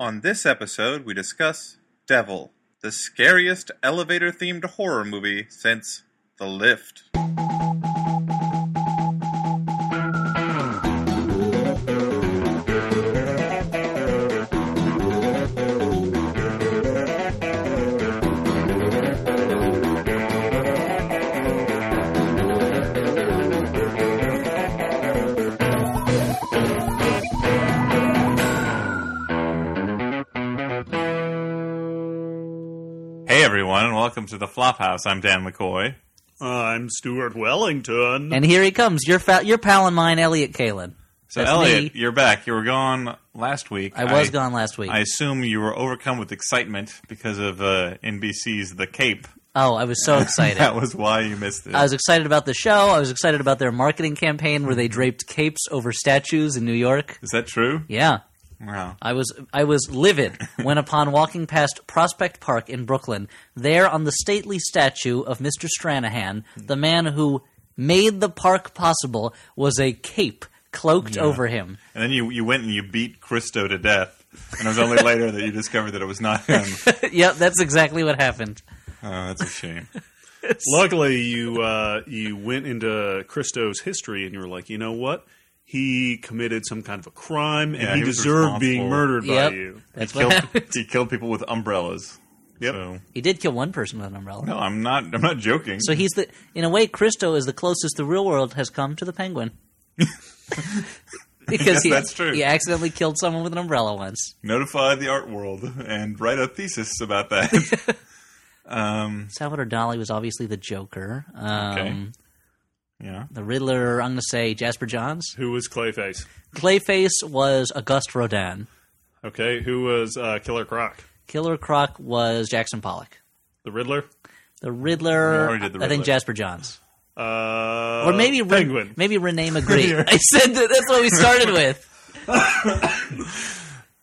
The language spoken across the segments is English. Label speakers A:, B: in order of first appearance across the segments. A: On this episode, we discuss Devil, the scariest elevator themed horror movie since The Lift. Hey everyone, and welcome to The Flophouse. I'm Dan McCoy.
B: I'm Stuart Wellington.
C: And here he comes, your fa- your pal and mine, Elliot Kalin.
A: So,
C: That's
A: Elliot,
C: me.
A: you're back. You were gone last week.
C: I was gone last week.
A: I assume you were overcome with excitement because of uh, NBC's The Cape.
C: oh, I was so excited.
A: That was why you missed it.
C: I was excited about the show. I was excited about their marketing campaign where they draped capes over statues in New York.
A: Is that true?
C: Yeah,
A: Wow.
C: I was I was livid when upon walking past Prospect Park in Brooklyn, there on the stately statue of Mr. Stranahan, the man who made the park possible, was a cape cloaked over him.
A: And then you, you went and you beat Christo to death. And it was only later that you discovered that it was not him.
C: yep, that's exactly what happened.
A: Oh, that's a shame.
B: Luckily, you uh, you went into Christo's history, and you were like, you know what? He committed some kind of a crime, and
A: Yeah,
B: he,
A: he was
B: deserved
A: responsible.
B: being murdered
C: Yep.
B: by you.
C: That's
A: he
C: what
A: killed,
C: happened.
A: He killed people with umbrellas.
B: Yep.
A: So-
C: He did kill one person with an umbrella.
A: no, I'm not. I'm not joking.
C: So he's the in a way, Christo is the closest the real world has come to the penguin. because
A: Yes,
C: he,
A: that's true.
C: he accidentally killed someone with an umbrella once.
A: Notify the art world and write a thesis about that.
C: Salvador Dali was obviously the Joker. Um,
A: Okay. yeah.
C: The Riddler, I'm going to say Jasper Johns.
B: Who was Clayface?
C: Clayface was Auguste Rodin.
B: Okay, who was uh, Killer Croc?
C: Killer Croc was Jackson Pollock.
B: The Riddler?
C: The Riddler,
A: already did the
C: I think
A: Riddler.
C: Jasper Johns.
B: Uh,
C: Or maybe Ren-
B: Penguin.
C: maybe Renee Magritte. I said that, that's what we started with.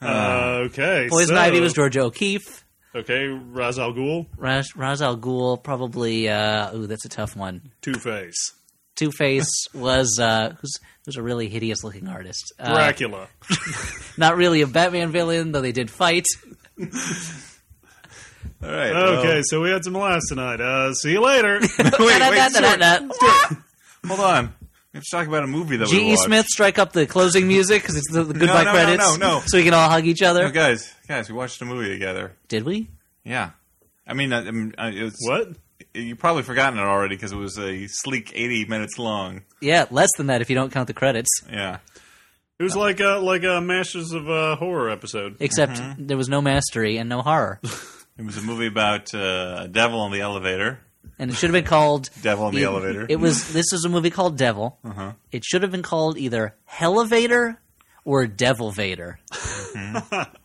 B: Uh, okay,
C: Ah. Poison
B: so-
C: Ivy was Georgia O'Keeffe.
B: okay. Ra's al Ghul,
C: Raz, Ra's al Ghul probably. Uh, ooh, that's a tough one.
B: Two Face,
C: Two Face was uh, who's who's a really hideous looking artist. Uh,
B: Dracula.
C: not really a Batman villain, though they did fight.
A: All right.
B: okay, so we had some laughs tonight. Uh, see you later.
A: well- wait, wait, Stuart,
C: Da-da-da-da-da.
A: hold on. We have to talk about a movie that we
C: G.E.
A: watched.
C: E. Smith strike up the closing music because it's the, the
A: no,
C: goodbye
A: no, no,
C: credits.
A: no.
C: So we can all hug each other.
A: No, guys, guys, we watched a movie together.
C: Did we?
A: Yeah. I mean, I, I, it was,
B: what?
A: You probably forgotten it already because it was a sleek 80 minutes long.
C: Yeah, less than that if you don't count the credits.
A: Yeah.
B: It was like a, like a Masters of uh, Horror episode.
C: Except
A: Mm-hmm.
C: there was no mastery and no horror,
A: It was a movie about uh, a devil on the elevator.
C: and it should have been called
A: Devil on the elevator.
C: It was this is a movie called Devil. It should have been called either Hellevator or Devil Vader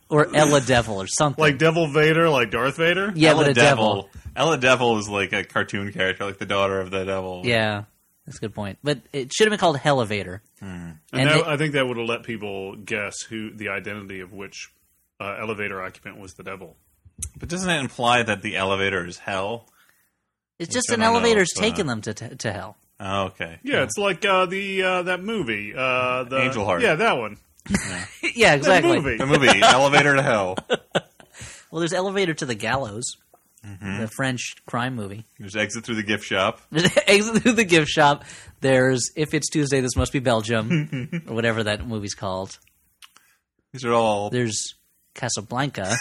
C: or Ella Devil or something.
B: Like Devil Vader, like Darth Vader?
C: yeah,
A: Ella
C: but a devil.
A: Ella Devil is like a cartoon character, like the daughter of the devil.
C: Yeah, that's a good point. But it should have been called Hellevator.
B: And,
C: And
B: that-
C: it-
B: I think that would have let people guess who the identity of which uh, elevator occupant was the devil.
A: But doesn't that imply that the elevator is hell?
C: It's just
A: I
C: an
A: don't know
C: elevator's
A: if, uh,
C: taking them to t- to hell.
A: Oh, okay.
B: Yeah, it's like uh, the uh, that movie. Uh, the,
A: Angel Heart.
B: Yeah, that one. That
C: yeah, exactly.
B: movie.
A: The movie Elevator to Hell.
C: Well, there's Elevator to the Gallows, the French crime movie.
A: There's Exit Through the Gift Shop.
C: Exit through the gift shop. There's If It's Tuesday, This Must Be Belgium, or whatever that movie's called.
A: These are all
C: There's Casablanca.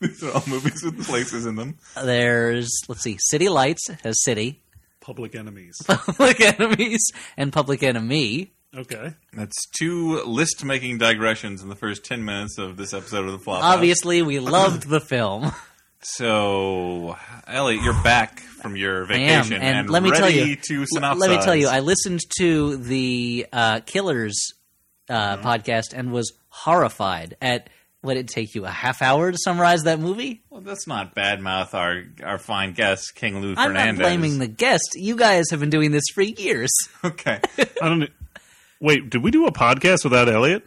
A: these are all movies with places in them.
C: There's let's see, City Lights has City,
B: Public Enemies.
C: Public Enemies, and Public Enemy.
B: Okay.
A: That's two list-making digressions in the first ten minutes of this episode of the Flop.
C: Obviously, we loved the film.
A: So, Elliot, you're back from your
C: I am,
A: vacation,
C: and, let me tell
A: ready
C: you,
A: to
C: l-
A: synopsize.
C: let me tell you, I listened to the uh, Killers uh,
A: Mm-hmm.
C: podcast and was horrified at what it take you a half hour to summarize that movie.
A: well, that's not badmouth our our fine guest King Lou
C: I'm
A: Fernandez.
C: not blaming the guest. You guys have been doing this for years.
A: Okay, Uh,
B: I don't. Wait, did we do a podcast without Elliot?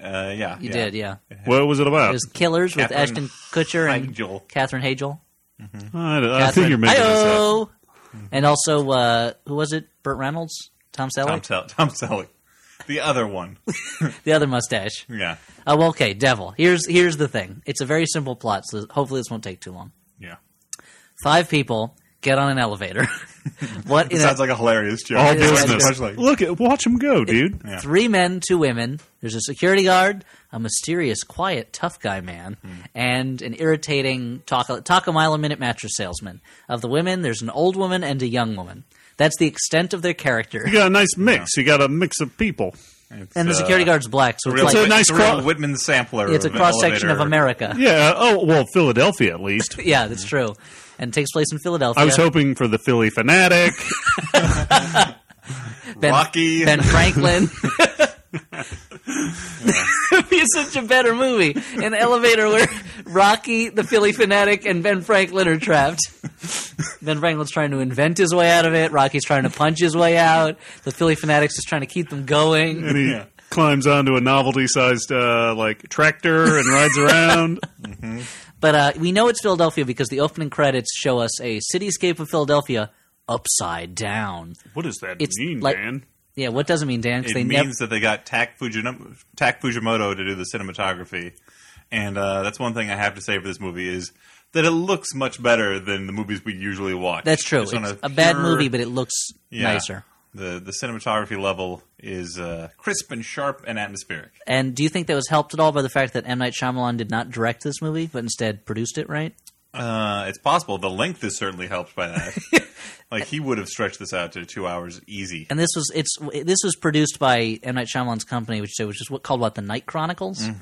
A: uh, yeah,
C: You did, yeah.
B: What was it about?
C: There's Killers with
A: Catherine
C: Ashton Kutcher and
A: Hagel.
C: Catherine Hagel.
B: I, don't- I think
C: Catherine.
B: you're making this up.
C: Hi-oh! And also, uh, who was it? Burt Reynolds, Tom Selleck.
A: Tom, Sel- Tom Selleck. The other one.
C: The other mustache.
A: Yeah.
C: Uh, well, okay, devil. Here's here's the thing. It's a very simple plot, so hopefully this won't take too long.
A: Yeah.
C: Five people get on an elevator. what in a-
A: Sounds like a hilarious joke.
B: All
A: It's
B: business.
A: Much like,
B: Look at watch him go, dude.
A: yeah.
C: three men, two women. There's a security guard, a mysterious, quiet, tough guy man,
B: Hmm.
C: and an irritating taco, taco mile a minute mattress salesman. Of the women, there's an old woman and a young woman. That's the extent of their character.
B: You got a nice mix. You got a mix of people.
A: It's,
C: And the
A: uh,
C: security guard's black, so it's
A: real
C: like
B: a
A: Whit-
B: nice
A: real
B: cro-
A: Whitman sampler.
C: it's a
A: of an
C: cross section of
A: elevator.
C: America.
B: Yeah. Oh well, Philadelphia at least.
C: Yeah, that's true. And it takes place in Philadelphia.
B: I was hoping for the Philly fanatic.
C: Ben-
A: Rocky.
C: Ben Franklin. It'd be such a better movie. An elevator where Rocky, the Philly fanatic, and Ben Franklin are trapped. Ben Franklin's trying to invent his way out of it. Rocky's trying to punch his way out. The Philly fanatic's just trying to keep them going.
B: and he
A: Yeah.
B: climbs onto a novelty-sized uh, like tractor and rides around.
C: But uh, we know it's Philadelphia because the opening credits show us a cityscape of Philadelphia upside down.
B: what does that
C: It's
B: mean,
C: like-
B: Dan?
C: Yeah, what doesn't mean Dan? 'Cause
A: It
C: they
A: means
C: never.
A: that they got Tak, Fujin- Tak Fujimoto to do the cinematography, and uh, that's one thing I have to say for this movie is that it looks much better than the movies we usually watch.
C: That's true. It's
A: Just on
C: a, bad
A: pure-
C: movie, but it looks
A: yeah,
C: nicer.
A: The the cinematography level is uh, crisp and sharp and atmospheric.
C: And do you think that was helped at all by the fact that M. Night Shyamalan did not direct this movie, but instead produced it, right?
A: Uh, it's possible the length is certainly helped by that. like he would have stretched this out to two hours easy.
C: And this was it's this was produced by M. Night Shyamalan's company, which which is what called what the Night Chronicles.
A: Mm,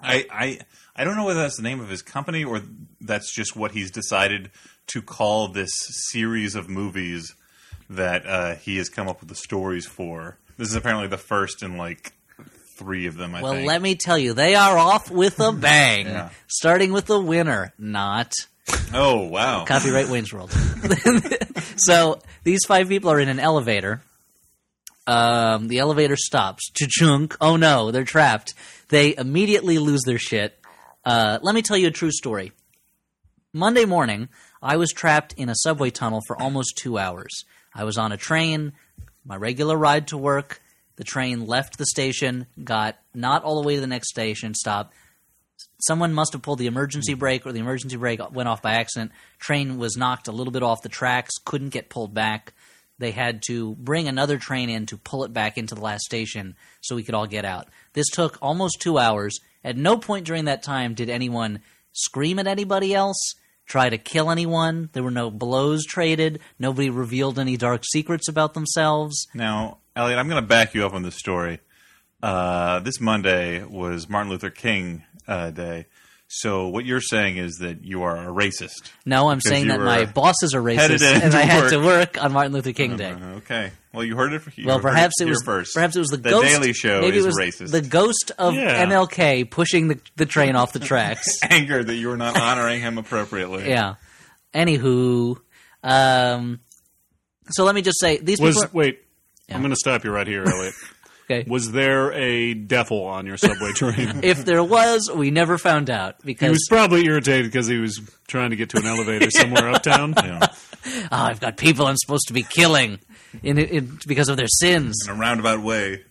A: I, I I don't know whether that's the name of his company or that's just what he's decided to call this series of movies that uh, he has come up with the stories for. This is apparently the first in like three of them. I
C: Well,
A: think.
C: let me tell you, they are off with a bang,
A: Yeah.
C: starting with the winner, not
A: oh wow!
C: copyright Wayne's World. so these five people are in an elevator. Um, the elevator stops. Chunk. Oh no, they're trapped. They immediately lose their shit. Uh, let me tell you a true story. Monday morning, I was trapped in a subway tunnel for almost two hours. I was on a train, my regular ride to work. The train left the station, got not all the way to the next station stop. Someone must have pulled the
A: Hmm.
C: emergency brake, or the emergency brake went off by accident. Train was knocked a little bit off the tracks, couldn't get pulled back. They had to bring another train in to pull it back into the last station so we could all get out. This took almost two hours. At no point during that time did anyone scream at anybody else, try to kill anyone. There were no blows traded. Nobody revealed any dark secrets about themselves.
A: Now, Elliot, I'm going to back you up on this story. Uh, this Monday was Martin Luther King uh, Day, so what you're saying is that you are a racist.
C: No, I'm
A: Because
C: saying
A: you
C: that
A: were
C: my bosses are
A: headed
C: racist,
A: in
C: and
A: to
C: I had
A: work.
C: to work on Martin Luther King Day.
A: Okay. Well, you heard it from you
C: Uh-huh. Well,
A: heard
C: perhaps it
A: here
C: was
A: first.
C: perhaps it was the,
A: the
C: ghost.
A: Daily Show
C: maybe
A: is
C: it was
A: racist.
C: the ghost of
B: Yeah.
C: MLK pushing the, the train off the tracks.
A: anger that you were not honoring him appropriately.
C: yeah. Anywho, um, so let me just say these
B: Was
C: people. Are,
B: wait.
C: Yeah.
B: I'm going to stop you right here, Elliot.
C: okay.
B: was there a devil on your subway train?
C: If there was, we never found out
B: he was
C: because
B: probably irritated because he was trying to get to an elevator somewhere uptown.
A: Yeah.
C: oh, I've got people I'm supposed to be killing in, in because of their sins.
A: In a roundabout way.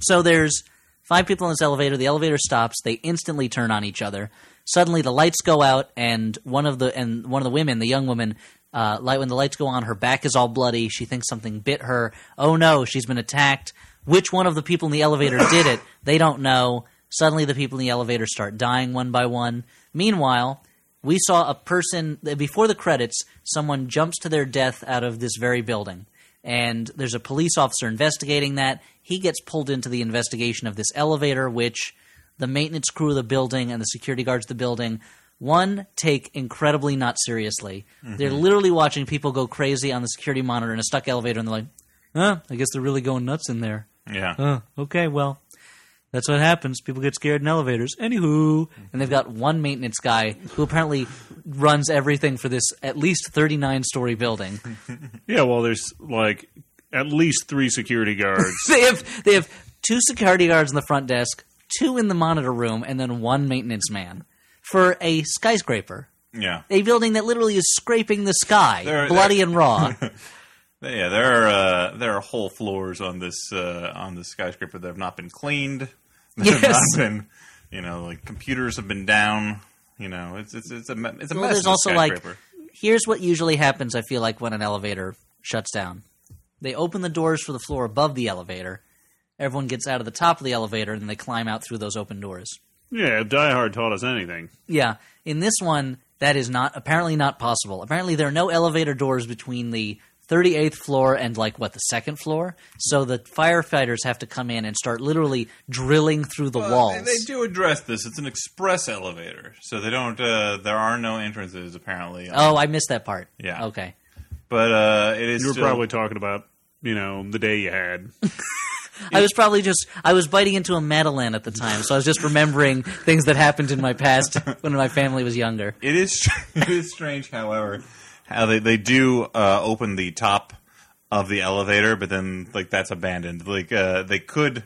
C: So there's five people in this elevator. The elevator stops. They instantly turn on each other. Suddenly, the lights go out, and one of the and one of the women, the young woman, uh, light when the lights go on, her back is all bloody. She thinks something bit her. Oh no, she's been attacked. Which one of the people in the elevator did it? They don't know. Suddenly, the people in the elevator start dying one by one. Meanwhile, we saw a person before the credits. Someone jumps to their death out of this very building and there's a police officer investigating that. He gets pulled into the investigation of this elevator, which the maintenance crew of the building and the security guards of the building one take incredibly not seriously. They're literally watching people go crazy on the security monitor in a stuck elevator, and they're like, "Huh? I guess they're really going nuts in there."
A: Yeah.
C: Huh, okay, well, that's what happens. People get scared in elevators. Anywho, and they've got one maintenance guy who apparently runs everything for this at least 39 story building.
B: Yeah, well, there's like at least three security guards.
C: they have they have two security guards in the front desk, two in the monitor room, and then one maintenance man for a skyscraper,
A: Yeah.
C: a building that literally is scraping the sky,
A: They're-
C: bloody and raw.
A: Yeah, there are uh, there are whole floors on this uh, on this skyscraper that have not been cleaned. That have
C: Yes.
A: not been, you know, like computers have been down. You know, it's it's it's a me- it's a
C: Well,
A: mess.
C: there's
A: this
C: also like,
A: skyscraper.
C: here's what usually happens. I feel like when an elevator shuts down, they open the doors for the floor above the elevator. Everyone gets out of the top of the elevator and they climb out through those open doors.
B: Yeah, if Die Hard taught us anything.
C: Yeah, in this one, that is not apparently not possible. Apparently, there are no elevator doors between the 38th floor and like what the second floor, so the firefighters have to come in and start literally drilling through the
A: Well,
C: walls.
A: Uh, they- They do address this. It's an express elevator, so they don't. Uh, there are no entrances apparently.
C: oh, I missed that part.
A: Yeah.
C: Okay.
A: but uh, it is
B: You were
A: still-
B: probably talking about, you know, the day you had.
C: I was probably just I was biting into a Madeline at the time, so I was just remembering things that happened in my past when my family was younger.
A: It is it is strange, however, how they they do uh, open the top of the elevator, but then like that's abandoned. Like uh, they could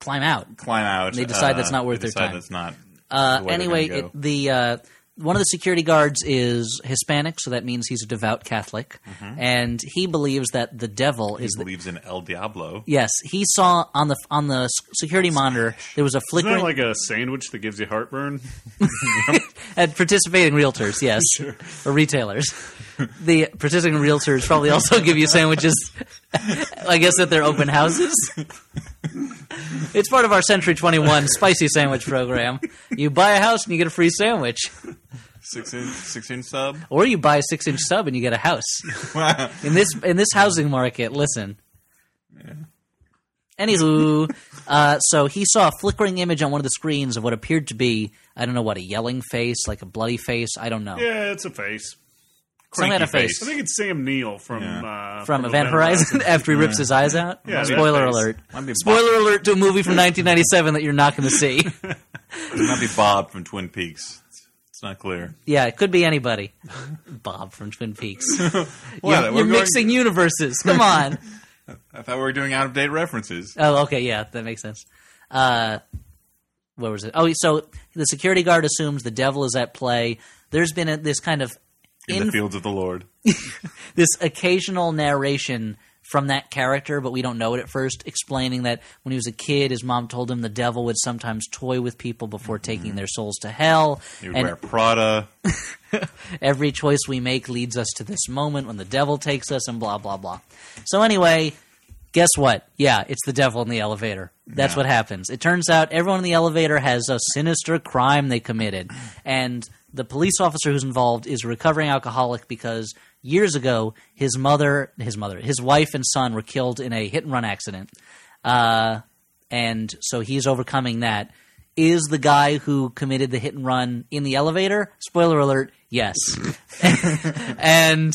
C: Climb out.
A: climb out.
C: They decide
A: uh,
C: that's not worth
A: they decide
C: their time.
A: That's not.
C: Uh,
A: the way they're
C: anyway,
A: gonna go.
C: it, the uh, one of the security guards is Hispanic, so that means he's a devout Catholic, and he believes that the devil is
A: Mm-hmm. he believes
C: the
A: in El Diablo.
C: yes. He saw on the on the s- security monitor there was
B: Isn't
C: a
B: that
C: flickering
B: like a sandwich that gives you heartburn?
C: at uh, participating realtors, yes, or retailers. The participating realtors probably also give you sandwiches. I guess at their open houses. it's part of our Century Twenty One spicy sandwich program. You buy a house and you get a free sandwich,
A: Six inch, six inch sub.
C: or you buy a six inch sub and you get a house.
A: Wow.
C: in this in this housing market. Listen. Anywho, uh, so he saw a flickering image on one of the screens of what appeared to be I don't know what a yelling face, like a bloody face. I don't know.
B: Yeah, it's a face.
C: Some had a face,
B: I think it's Sam Neill from uh,
C: from Event Horizon after he rips his eyes out.
B: Yeah,
C: Spoiler
B: that face.
C: alert.
A: Might be
C: Spoiler alert to a movie from 1997 that you're not going to see.
A: Bob, might be Bob from Twin Peaks. It's, it's not clear.
C: Yeah, it could be anybody. Bob from Twin Peaks.
A: Well, we're
C: you're
A: going-
C: mixing universes. Come on.
A: I thought we were doing out of date references.
C: Oh, okay, yeah, that makes sense. Uh, what was it? Oh, so the security guard assumes the devil is at play. There's been a, this kind of
A: In,
C: in-
A: the fields of the Lord.
C: this occasional narration from that character, but we don't know it at first, explaining that when he was a kid, his mom told him the devil would sometimes toy with people before taking their souls to hell,
A: Mm-hmm. He would
C: and
A: wear Prada.
C: every choice we make leads us to this moment when the devil takes us, and blah blah blah. So anyway, guess what? Yeah, it's the devil in the elevator. That's
A: Yeah.
C: what happens. It turns out everyone in the elevator has a sinister crime they committed, and the police officer who's involved is a recovering alcoholic because years ago his mother, his mother, his wife and son were killed in a hit and run accident, uh, and so he's overcoming that. Is the guy who committed the hit and run in the elevator? Spoiler alert: yes and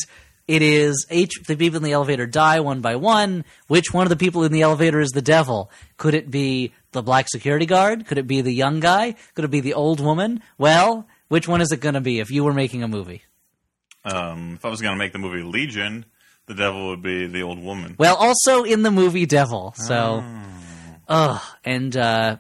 C: it is each the people in the elevator die one by one. Which one of the people in the elevator is the devil? Could it be the black security guard? Could it be the young guy? Could it be the old woman? Well, which one is it going to be if you were making a movie?
A: Um, if I was going to make the movie Legion, the devil would be the old woman.
C: Well, also in the movie Devil. So,
A: Ah.
C: ugh. And uh,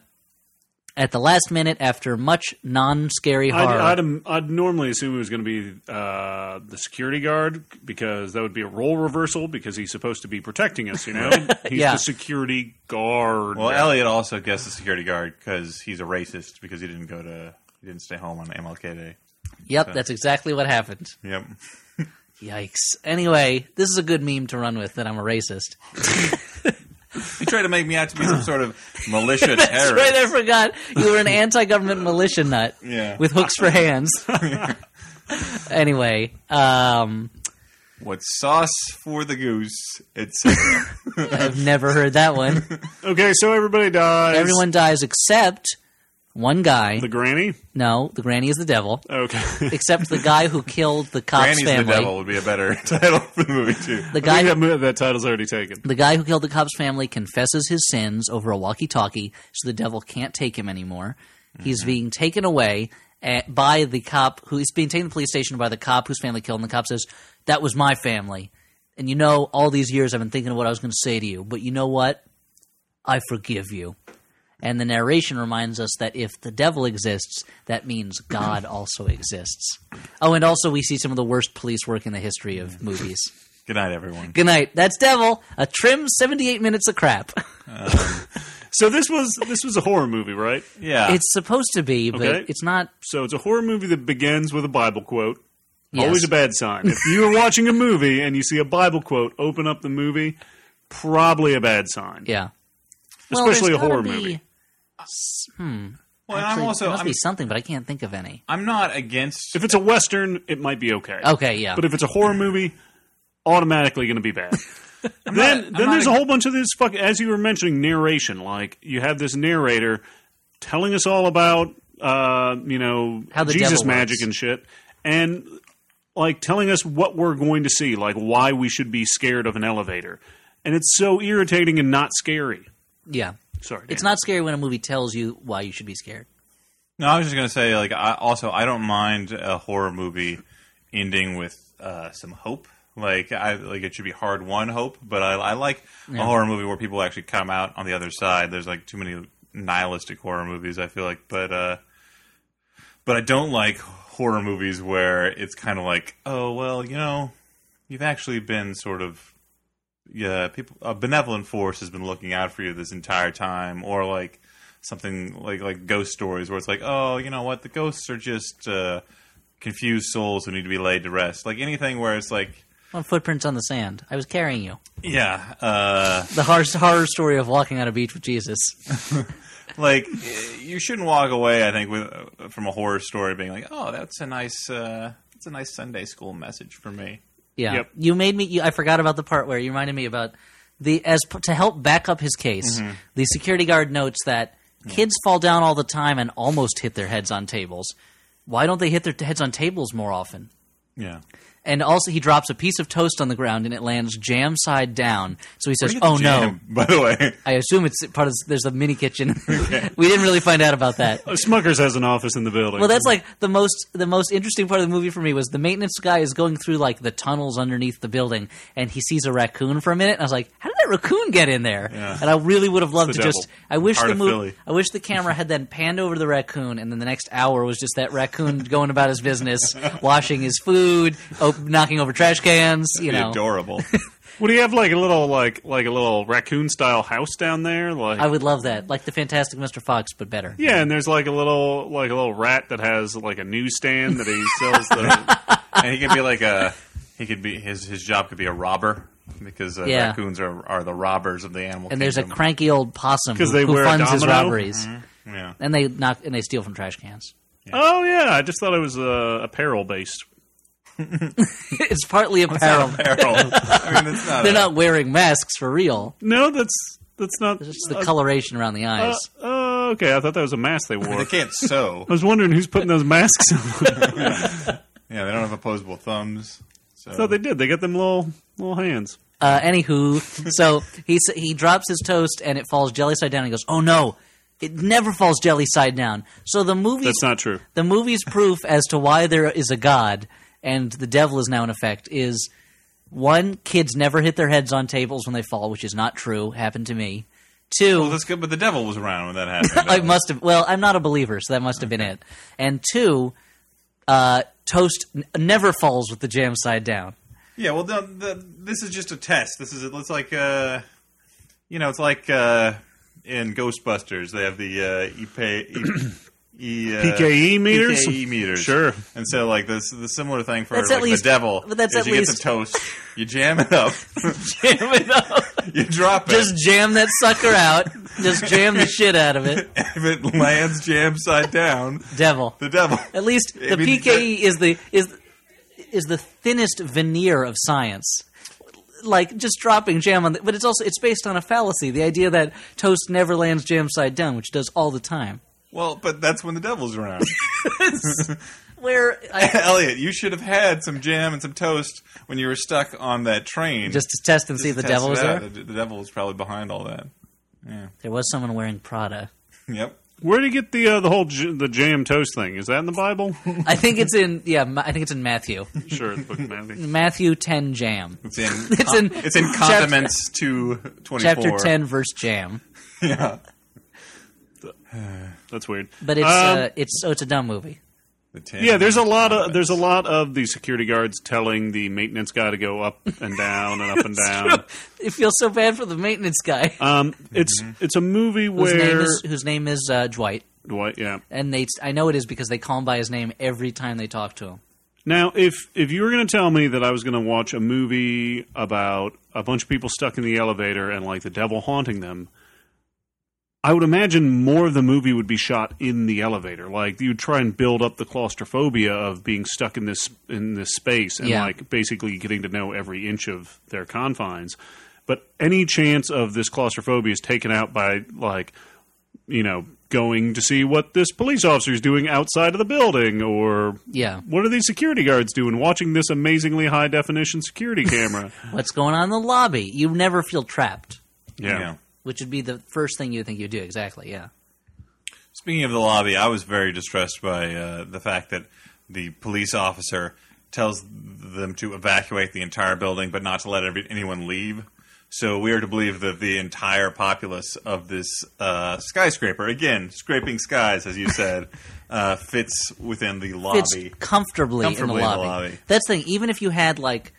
C: at the last minute, after much non-scary horror,
B: I'd, I'd, I'd normally assume it was going to be uh, the security guard because that would be a role reversal because he's supposed to be protecting us, you know? He's
C: Yeah.
B: the security guard.
A: Well, Elliot also guessed the security guard because he's a racist because he didn't go to he didn't stay home on MLK Day.
C: yep, that's exactly what happened.
A: Yep.
C: Yikes. Anyway, this is a good meme to run with that I'm a racist.
A: He tried to make me out to be some sort of militia
C: That's
A: terrorist.
C: right. I forgot you were an anti-government militia nut
A: Yeah.
C: with hooks for hands. anyway, um,
A: What sauce for the goose? It's I
C: I've never heard that one.
B: okay, so everybody dies.
C: Everyone dies except one guy.
B: The granny?
C: no, the granny is the devil.
B: Okay.
C: Except the guy who killed the cop's
A: Granny's the
C: family.
A: devil would be a better title for the movie too.
B: I
C: The guy
B: think
C: who
B: that, mo- that title's already taken.
C: The guy who killed the cop's family confesses his sins over a walkie talkie, so the devil can't take him anymore. He's being taken away eh, by the cop who is being taken to the police station by the cop whose family killed him. The cop says, That was my family. And you know, all these years I've been thinking of what I was going to say to you, but you know what? I forgive you. And the narration reminds us that if the devil exists, that means God also exists. Oh, and also we see some of the worst police work in the history of movies.
A: Good night, everyone.
C: Good night. That's Devil. A trim 78 minutes of crap.
B: So this was this was a horror movie, right?
A: Yeah.
C: It's supposed to be, but
B: Okay.
C: it's not.
B: So it's a horror movie that begins with a Bible quote.
C: Yes.
B: Always a bad sign. If you're watching a movie and you see a Bible quote open up the movie, probably a bad sign.
C: Yeah.
B: Especially
C: well,
B: a
C: there's gotta
B: horror
C: be-
B: movie.
A: well, I'm
C: Actually,
A: also
C: there must
A: I'm,
C: be something, but I can't think of any.
A: I'm not against.
B: If it's a western, it might be okay.
C: Okay, yeah.
B: But if it's a horror movie, automatically going to be bad. then
A: I'm
B: then
A: not
B: there's
A: a-
B: a whole bunch of this fuck as you were mentioning narration. Like you have this narrator telling us all about uh, you know
C: How the
B: Jesus
C: devil
B: magic
C: works.
B: and shit, and like telling us what we're going to see, like why we should be scared of an elevator. And it's so irritating and not scary.
C: yeah.
B: Sorry, Dan.
C: It's not scary when a movie tells you why you should be scared.
A: No, I was just gonna say like I also I don't mind a horror movie ending with uh, some hope. Like I like it should be hard won hope, but I, I like a horror movie where people actually come out on the other side. There's like too many nihilistic horror movies. I feel like, but uh, but I don't like horror movies where it's kind of like oh well you know you've actually been sort of yeah, people a benevolent force has been looking out for you this entire time, or like something like like ghost stories where it's like, oh, you know what, the ghosts are just uh, confused souls who need to be laid to rest. Like anything where it's like,
C: Well, footprints on the sand. I was carrying you.
A: yeah, uh,
C: The horror, horror story of walking on a beach with Jesus.
A: like eh, you shouldn't walk away. I think with uh, from a horror story being like, oh, that's a nice. Uh, that's a nice Sunday school message for me.
C: Yeah.
B: Yep.
C: You made me. You, I forgot about the part where you reminded me about the as p- to help back up his case. The security guard notes that kids fall down all the time and almost hit their heads on tables. Why don't they hit their t- heads on tables more often?
A: Yeah.
C: And also, he drops a piece of toast on the ground and it lands jam side down. So he says, "Oh no."
A: Jam, By the way,
C: I assume it's part of. There's a mini kitchen. we didn't really find out about that.
B: Uh, Smuckers has an office in the building.
C: Well, that's like the most the most interesting part of the movie for me was the maintenance guy is going through like the tunnels underneath the building, and he sees a raccoon for a minute. And I was like, "How did that raccoon get in there?" And I really would have loved
B: It's
C: to
B: the
C: just.
B: devil.
C: I wish
A: Heart
C: the
A: of
C: movie.
A: Philly.
C: I wish the camera had then panned over the raccoon, and then the next hour was just that raccoon going about his business, washing his food, op- knocking over trash cans. You
A: be
C: know,
A: adorable.
B: Would he have like a little like like a little raccoon style house down there? Like
C: I would love that, like the Fantastic Mr. Fox, but better.
B: Yeah, and there's like a little like a little rat that has like a newsstand that he sells the
A: and he could be like a he could be his his job could be a robber because uh,
C: Yeah.
A: raccoons are are the robbers of the animal.
C: And there's a
A: kingdom.
C: cranky old possum
B: 'Cause
C: who,
B: they
C: who
B: wear a
C: funds his
B: domino? Mm-hmm.
C: robberies,
A: yeah.
C: and they knock and they steal from trash cans.
B: Oh yeah, I just thought it was uh, apparel based.
C: it's partly apparel.
A: Apparel. I mean, it's not.
C: They're
A: a-
C: not wearing masks for real.
B: No, that's that's not
C: It's just the coloration around the
B: uh,
C: eyes.
B: uh, okay, I thought that was a mask they wore.
A: They
B: I
A: can't sew.
B: was wondering who's putting those masks on.
A: Yeah, they don't have opposable thumbs. So
B: I thought they did. They got them little little hands.
C: Uh, anywho, so he s- he drops his toast and it falls jelly side down. And he goes, "Oh no, it never falls jelly side down." So the movie's
B: That's not true.
C: the movie's proof as to why there is a god and the devil is now in effect is one kids never hit their heads on tables when they fall, which is not true. Happened to me. Two,
A: well, that's good, but the devil was around when that happened.
C: I must have. Well, I'm not a believer, so that must have been it. And two, uh, toast n- never falls with the jam side down.
A: yeah, well, the, the, this is just a test. This is it's like uh, you know, it's like uh, in Ghostbusters they have the uh, EPA, E, e, uh,
B: PKE meters?
A: PKE meters.
B: Sure.
A: And so, like this, the similar thing for
C: That's
A: like,
C: at least-
A: the devil.
C: but that's
A: is
C: at
A: you
C: least-
A: get the toast, you jam it up,
C: Jam it up.
A: you drop it.
C: Just jam that sucker out. Just jam the shit out of it.
A: if it lands jam side down,
C: Devil.
A: the devil.
C: At least the
A: I mean,
C: PKE is the is is the thinnest veneer of science. Like just dropping jam on, the, but it's also it's based on a fallacy. The idea that toast never lands jam side down, which it does all the time.
A: Well, but that's when the devil's around.
C: Where I,
A: Elliot, you should have had some jam and some toast when you were stuck on that train.
C: just to test and see if the
A: Test
C: devil
A: it
C: is
A: out.
C: there.
A: The, the devil was probably behind all that.
C: There was someone wearing Prada.
A: Yep.
B: Where do you get the uh, the whole j- the jam toast thing? Is that in the Bible?
C: I think it's in yeah. Ma- I think it's in Matthew.
B: sure, the book of Matthew.
C: Matthew ten jam.
A: It's in.
C: It's in
A: it's in condiments to twenty-four.
C: chapter ten verse jam.
A: Yeah.
B: That's weird.
C: But it's
B: Um,
C: uh, it's so it's a dumb movie.
A: The tin.
B: Yeah, there's a lot of there's a lot of the security guards telling the maintenance guy to go up and down and up and down.
C: It feels so bad for the maintenance guy
B: Um, it's it's a movie
C: whose name
B: where
C: is whose name is uh, Dwight.
B: Dwight, yeah.
C: And they, I know it is because they call him by his name every time they talk to him.
B: Now, if if you were going to tell me that I was going to watch a movie about a bunch of people stuck in the elevator and like the devil haunting them, I would imagine more of the movie would be shot in the elevator. Like you'd try and build up the claustrophobia of being stuck in this in this space and
C: Yeah.
B: like basically getting to know every inch of their confines. But any chance of this claustrophobia is taken out by like you know going to see what this police officer is doing outside of the building or
C: Yeah,
B: what are these security guards doing watching this amazingly high definition security camera?
C: what's going on in the lobby? You never feel trapped,
B: yeah.
A: Yeah.
C: which would be the first thing you would think you would do. Exactly. Yeah.
A: Speaking of the lobby, I was very distressed by uh, the fact that the police officer tells them to evacuate the entire building, but not to let every, anyone leave. So we are to believe that the entire populace of this uh, skyscraper, again, scraping skies, as you said, uh, fits within the
C: It's
A: lobby.
C: comfortably,
A: Comfortably
C: in the lobby. That's the thing. Even if you had like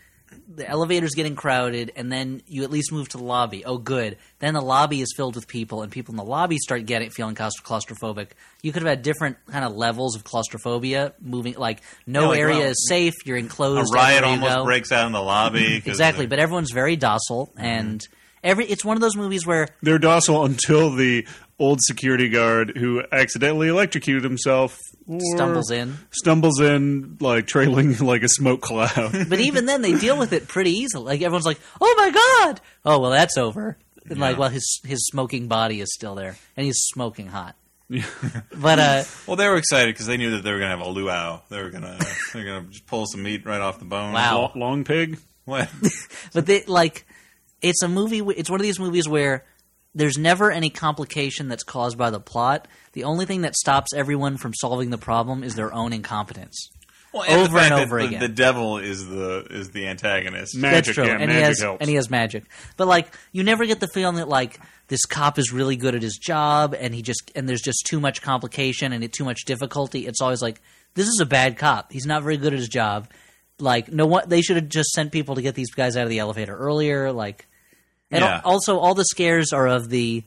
C: the elevator's getting crowded, and then you at least move to the lobby. Oh, good. Then the lobby is filled with people, and people in the lobby start getting feeling claustro- claustrophobic. You could have had different kind of levels of claustrophobia. Moving like no
A: Yeah, like,
C: area
A: well,
C: is safe. You're
A: A
C: enclosed.
A: riot
C: everywhere you
A: almost
C: go.
A: breaks out in the lobby. 'cause
C: Exactly,
A: the-
C: but everyone's very docile, and
A: Mm-hmm.
C: every it's one of those movies where
B: They're docile until the old security guard who accidentally electrocuted himself or
C: stumbles in.
B: Stumbles in like trailing like a smoke cloud.
C: But even then, they deal with it pretty easily. Like everyone's like, "Oh my god!" Oh well, that's over. And like, well, his his smoking body is still there, and he's smoking hot. but uh,
A: Well, they were excited because they knew that they were going to have a luau. They were going to they're going to just pull some meat right off the bone.
C: Wow.
B: Lo- Long pig.
A: What?
C: but they like, it's a movie. w- It's one of these movies where there's never any complication that's caused by the plot. The only thing that stops everyone from solving the problem is their own incompetence.
A: Well, and the
C: Over and
A: fact that
C: over
A: the,
C: again.
A: The devil is the is the antagonist.
B: Magic,
C: That's true,
B: yeah,
C: and he
B: magic
C: has
B: helps.
C: and he has magic. But like, you never get the feeling that like this cop is really good at his job, and he just and there's just too much complication and it, too much difficulty. It's always like this is a bad cop. He's not very good at his job. Like, no, what they should have just sent people to get these guys out of the elevator earlier. Like, and
A: Yeah.
C: al- also all the scares are of the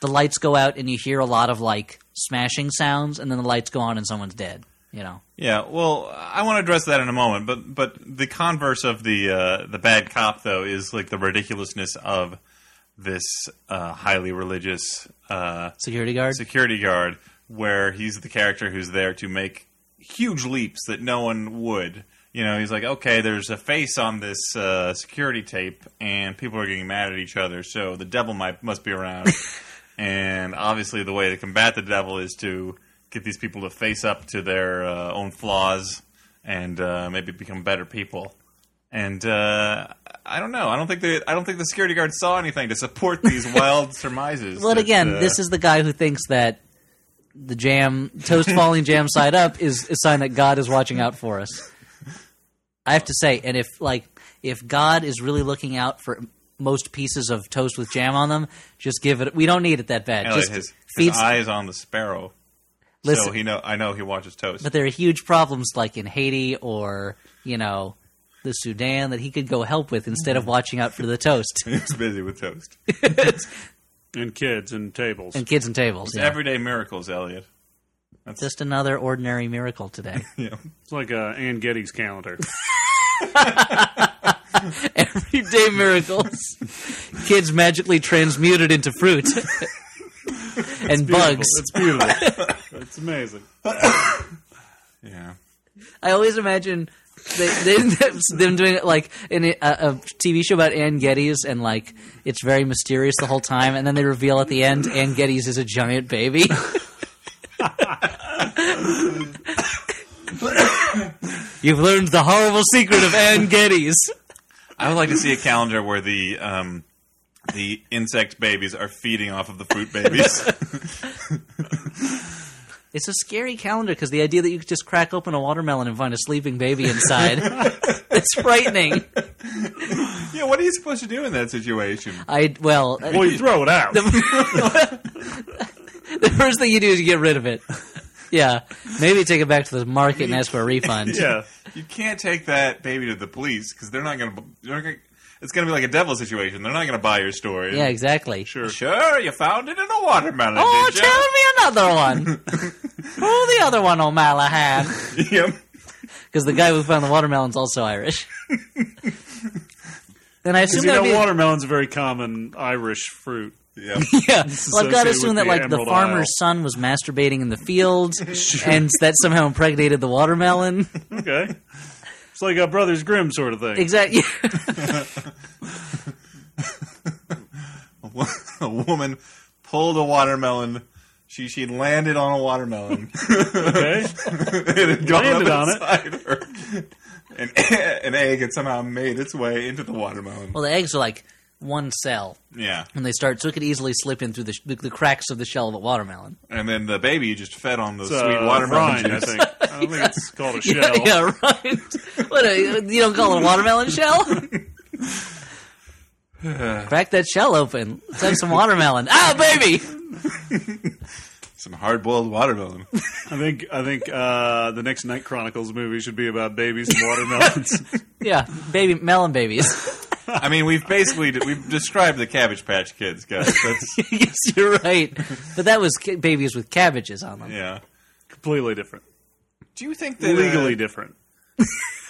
C: the lights go out and you hear a lot of like smashing sounds, and then the lights go on and someone's dead. You know,
A: Yeah, well, I want to address that in a moment, but but the converse of the uh, the bad cop though is like the ridiculousness of this uh, highly religious uh,
C: security guard.
A: security guard, where he's the character who's there to make huge leaps that no one would. You know, he's like, okay, there's a face on this uh, security tape, and people are getting mad at each other, so the devil might must be around. and obviously, the way to combat the devil is to get these people to face up to their uh, own flaws and uh, maybe become better people. And uh, I don't know. I don't think the I don't think the security guard saw anything to support these wild surmises.
C: Well,
A: that,
C: again,
A: uh,
C: this is the guy who thinks that the jam, toast falling jam side up, is a sign that God is watching out for us. I have to say, and if like if God is really looking out for most pieces of toast with jam on them, just give it. We don't need it that bad.
A: Elliot,
C: just
A: his, his
C: feeds.
A: eyes on the sparrow.
C: Listen.
A: so he know I know he watches toast.
C: but there are huge problems like in Haiti or you know the Sudan that he could go help with instead
A: Mm-hmm.
C: of watching out for the toast
A: He's busy with toast.
B: And kids and tables.
C: and kids and tables.
A: It's
C: yeah.
A: everyday miracles, Elliot.
C: just another ordinary miracle today.
A: Yeah.
B: It's like uh, Ann Getty's calendar.
C: everyday miracles. Kids magically transmuted into fruit and bugs.
B: It's beautiful. it's amazing.
A: Yeah.
C: I always imagine they, they, them doing it like in a, a TV show about Ann Geddes, and like it's very mysterious the whole time, and then they reveal at the end Ann Geddes is a giant baby. You've learned the horrible secret of Ann Geddes.
A: I would like to see a calendar where the um, the insect babies are feeding off of the fruit babies.
C: It's a scary calendar because the idea that you could just crack open a watermelon and find a sleeping baby inside. it's frightening.
A: yeah, what are you supposed to do in that situation?
C: I well, uh,
B: Well, you throw it out.
C: the first thing you do is you get rid of it. yeah, maybe take it back to the market and ask for a refund.
B: yeah.
A: You can't take that baby to the police because they're not going to. It's going to be like a devil situation. They're not going to buy your story.
C: Yeah, exactly.
B: Sure.
A: Sure, you found it in a watermelon.
C: Oh,
A: did
C: tell me another one. oh, the other one, O'Malahan.
A: you? Yep.
C: Because the guy who found the watermelon's also Irish. then I
B: Because
C: assume
B: you
C: that
B: know,
C: would be
B: watermelon's a very common Irish fruit.
A: Yep.
C: yeah. Well, I've got
B: associated
C: to assume
B: with
C: that
B: the
C: like the
B: Emerald
C: farmer's son was masturbating in the fields, and that somehow impregnated the watermelon.
B: Okay. It's like a Brothers Grimm sort of thing.
C: Exactly.
A: a woman pulled a watermelon. She she landed on a watermelon.
B: Okay.
A: it had gone
B: Landed
A: up
B: on it.
A: inside her. An, an egg had somehow made its way into the watermelon.
C: well, the eggs are like one cell
A: Yeah,
C: when they start, so it could easily slip in through the, sh- the, the cracks of the shell of a watermelon.
A: and then the baby just fed on the
B: It's,
A: sweet
B: uh,
A: watermelon
B: rind, I
A: juice.
B: think. I don't think it's called a shell.
C: Yeah, yeah, right. What a, you don't call it a watermelon shell? Crack that shell open. Let's have some watermelon. Ah, baby!
A: Some hard boiled watermelon.
B: I think I think uh, the next Night Chronicles movie should be about babies and watermelons.
C: Yeah, baby melon babies.
A: I mean, we've basically we've described the Cabbage Patch Kids, guys. That's
C: yes, you're right. But that was ca- babies with cabbages on them.
A: yeah.
B: Completely different.
A: Do you think that uh,
B: Legally different.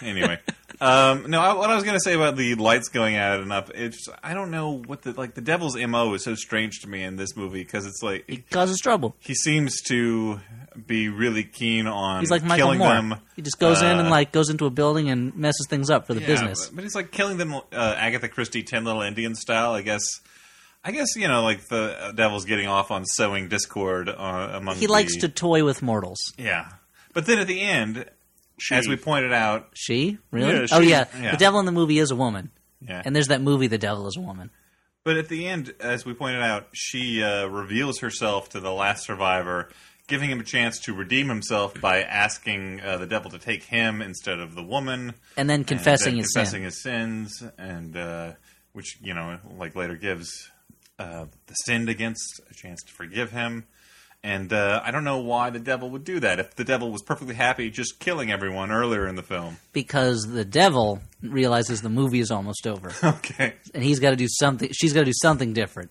A: anyway. Um, no, I, what I was going to say about the lights going out and up, it's I don't know what the like the devil's mo is so strange to me in this movie because it's like
C: It causes trouble.
A: he seems to be really keen on
C: He's like Michael
A: killing
C: Moore.
A: them.
C: he just goes in and
A: uh,
C: like goes into a building and messes things up for the
A: Yeah,
C: business.
A: but, but it's like killing them uh, Agatha Christie Ten Little Indians style, I guess. I guess you know, like the uh, devil's getting off on sowing discord uh, among.
C: He
A: the-
C: likes to toy with mortals.
A: yeah. But then at the end, as we pointed out,
C: She really?
B: Yeah,
C: oh
B: she-
C: yeah.
A: yeah.
C: the devil in the movie is a woman,
A: yeah,
C: and there's that movie, The Devil is a Woman.
A: But at the end, as we pointed out, she uh, reveals herself to the last survivor, giving him a chance to redeem himself by asking uh, the devil to take him instead of the woman,
C: And then confessing
A: and, uh,
C: his
A: confessing
C: sin.
A: his sins, and uh, which you know, like later gives uh, the sinned against a chance to forgive him. And uh, I don't know why the devil would do that. If the devil was perfectly happy just killing everyone earlier in the film,
C: because the devil realizes the movie is almost over
A: okay,
C: and he's got to do something she's got to do something different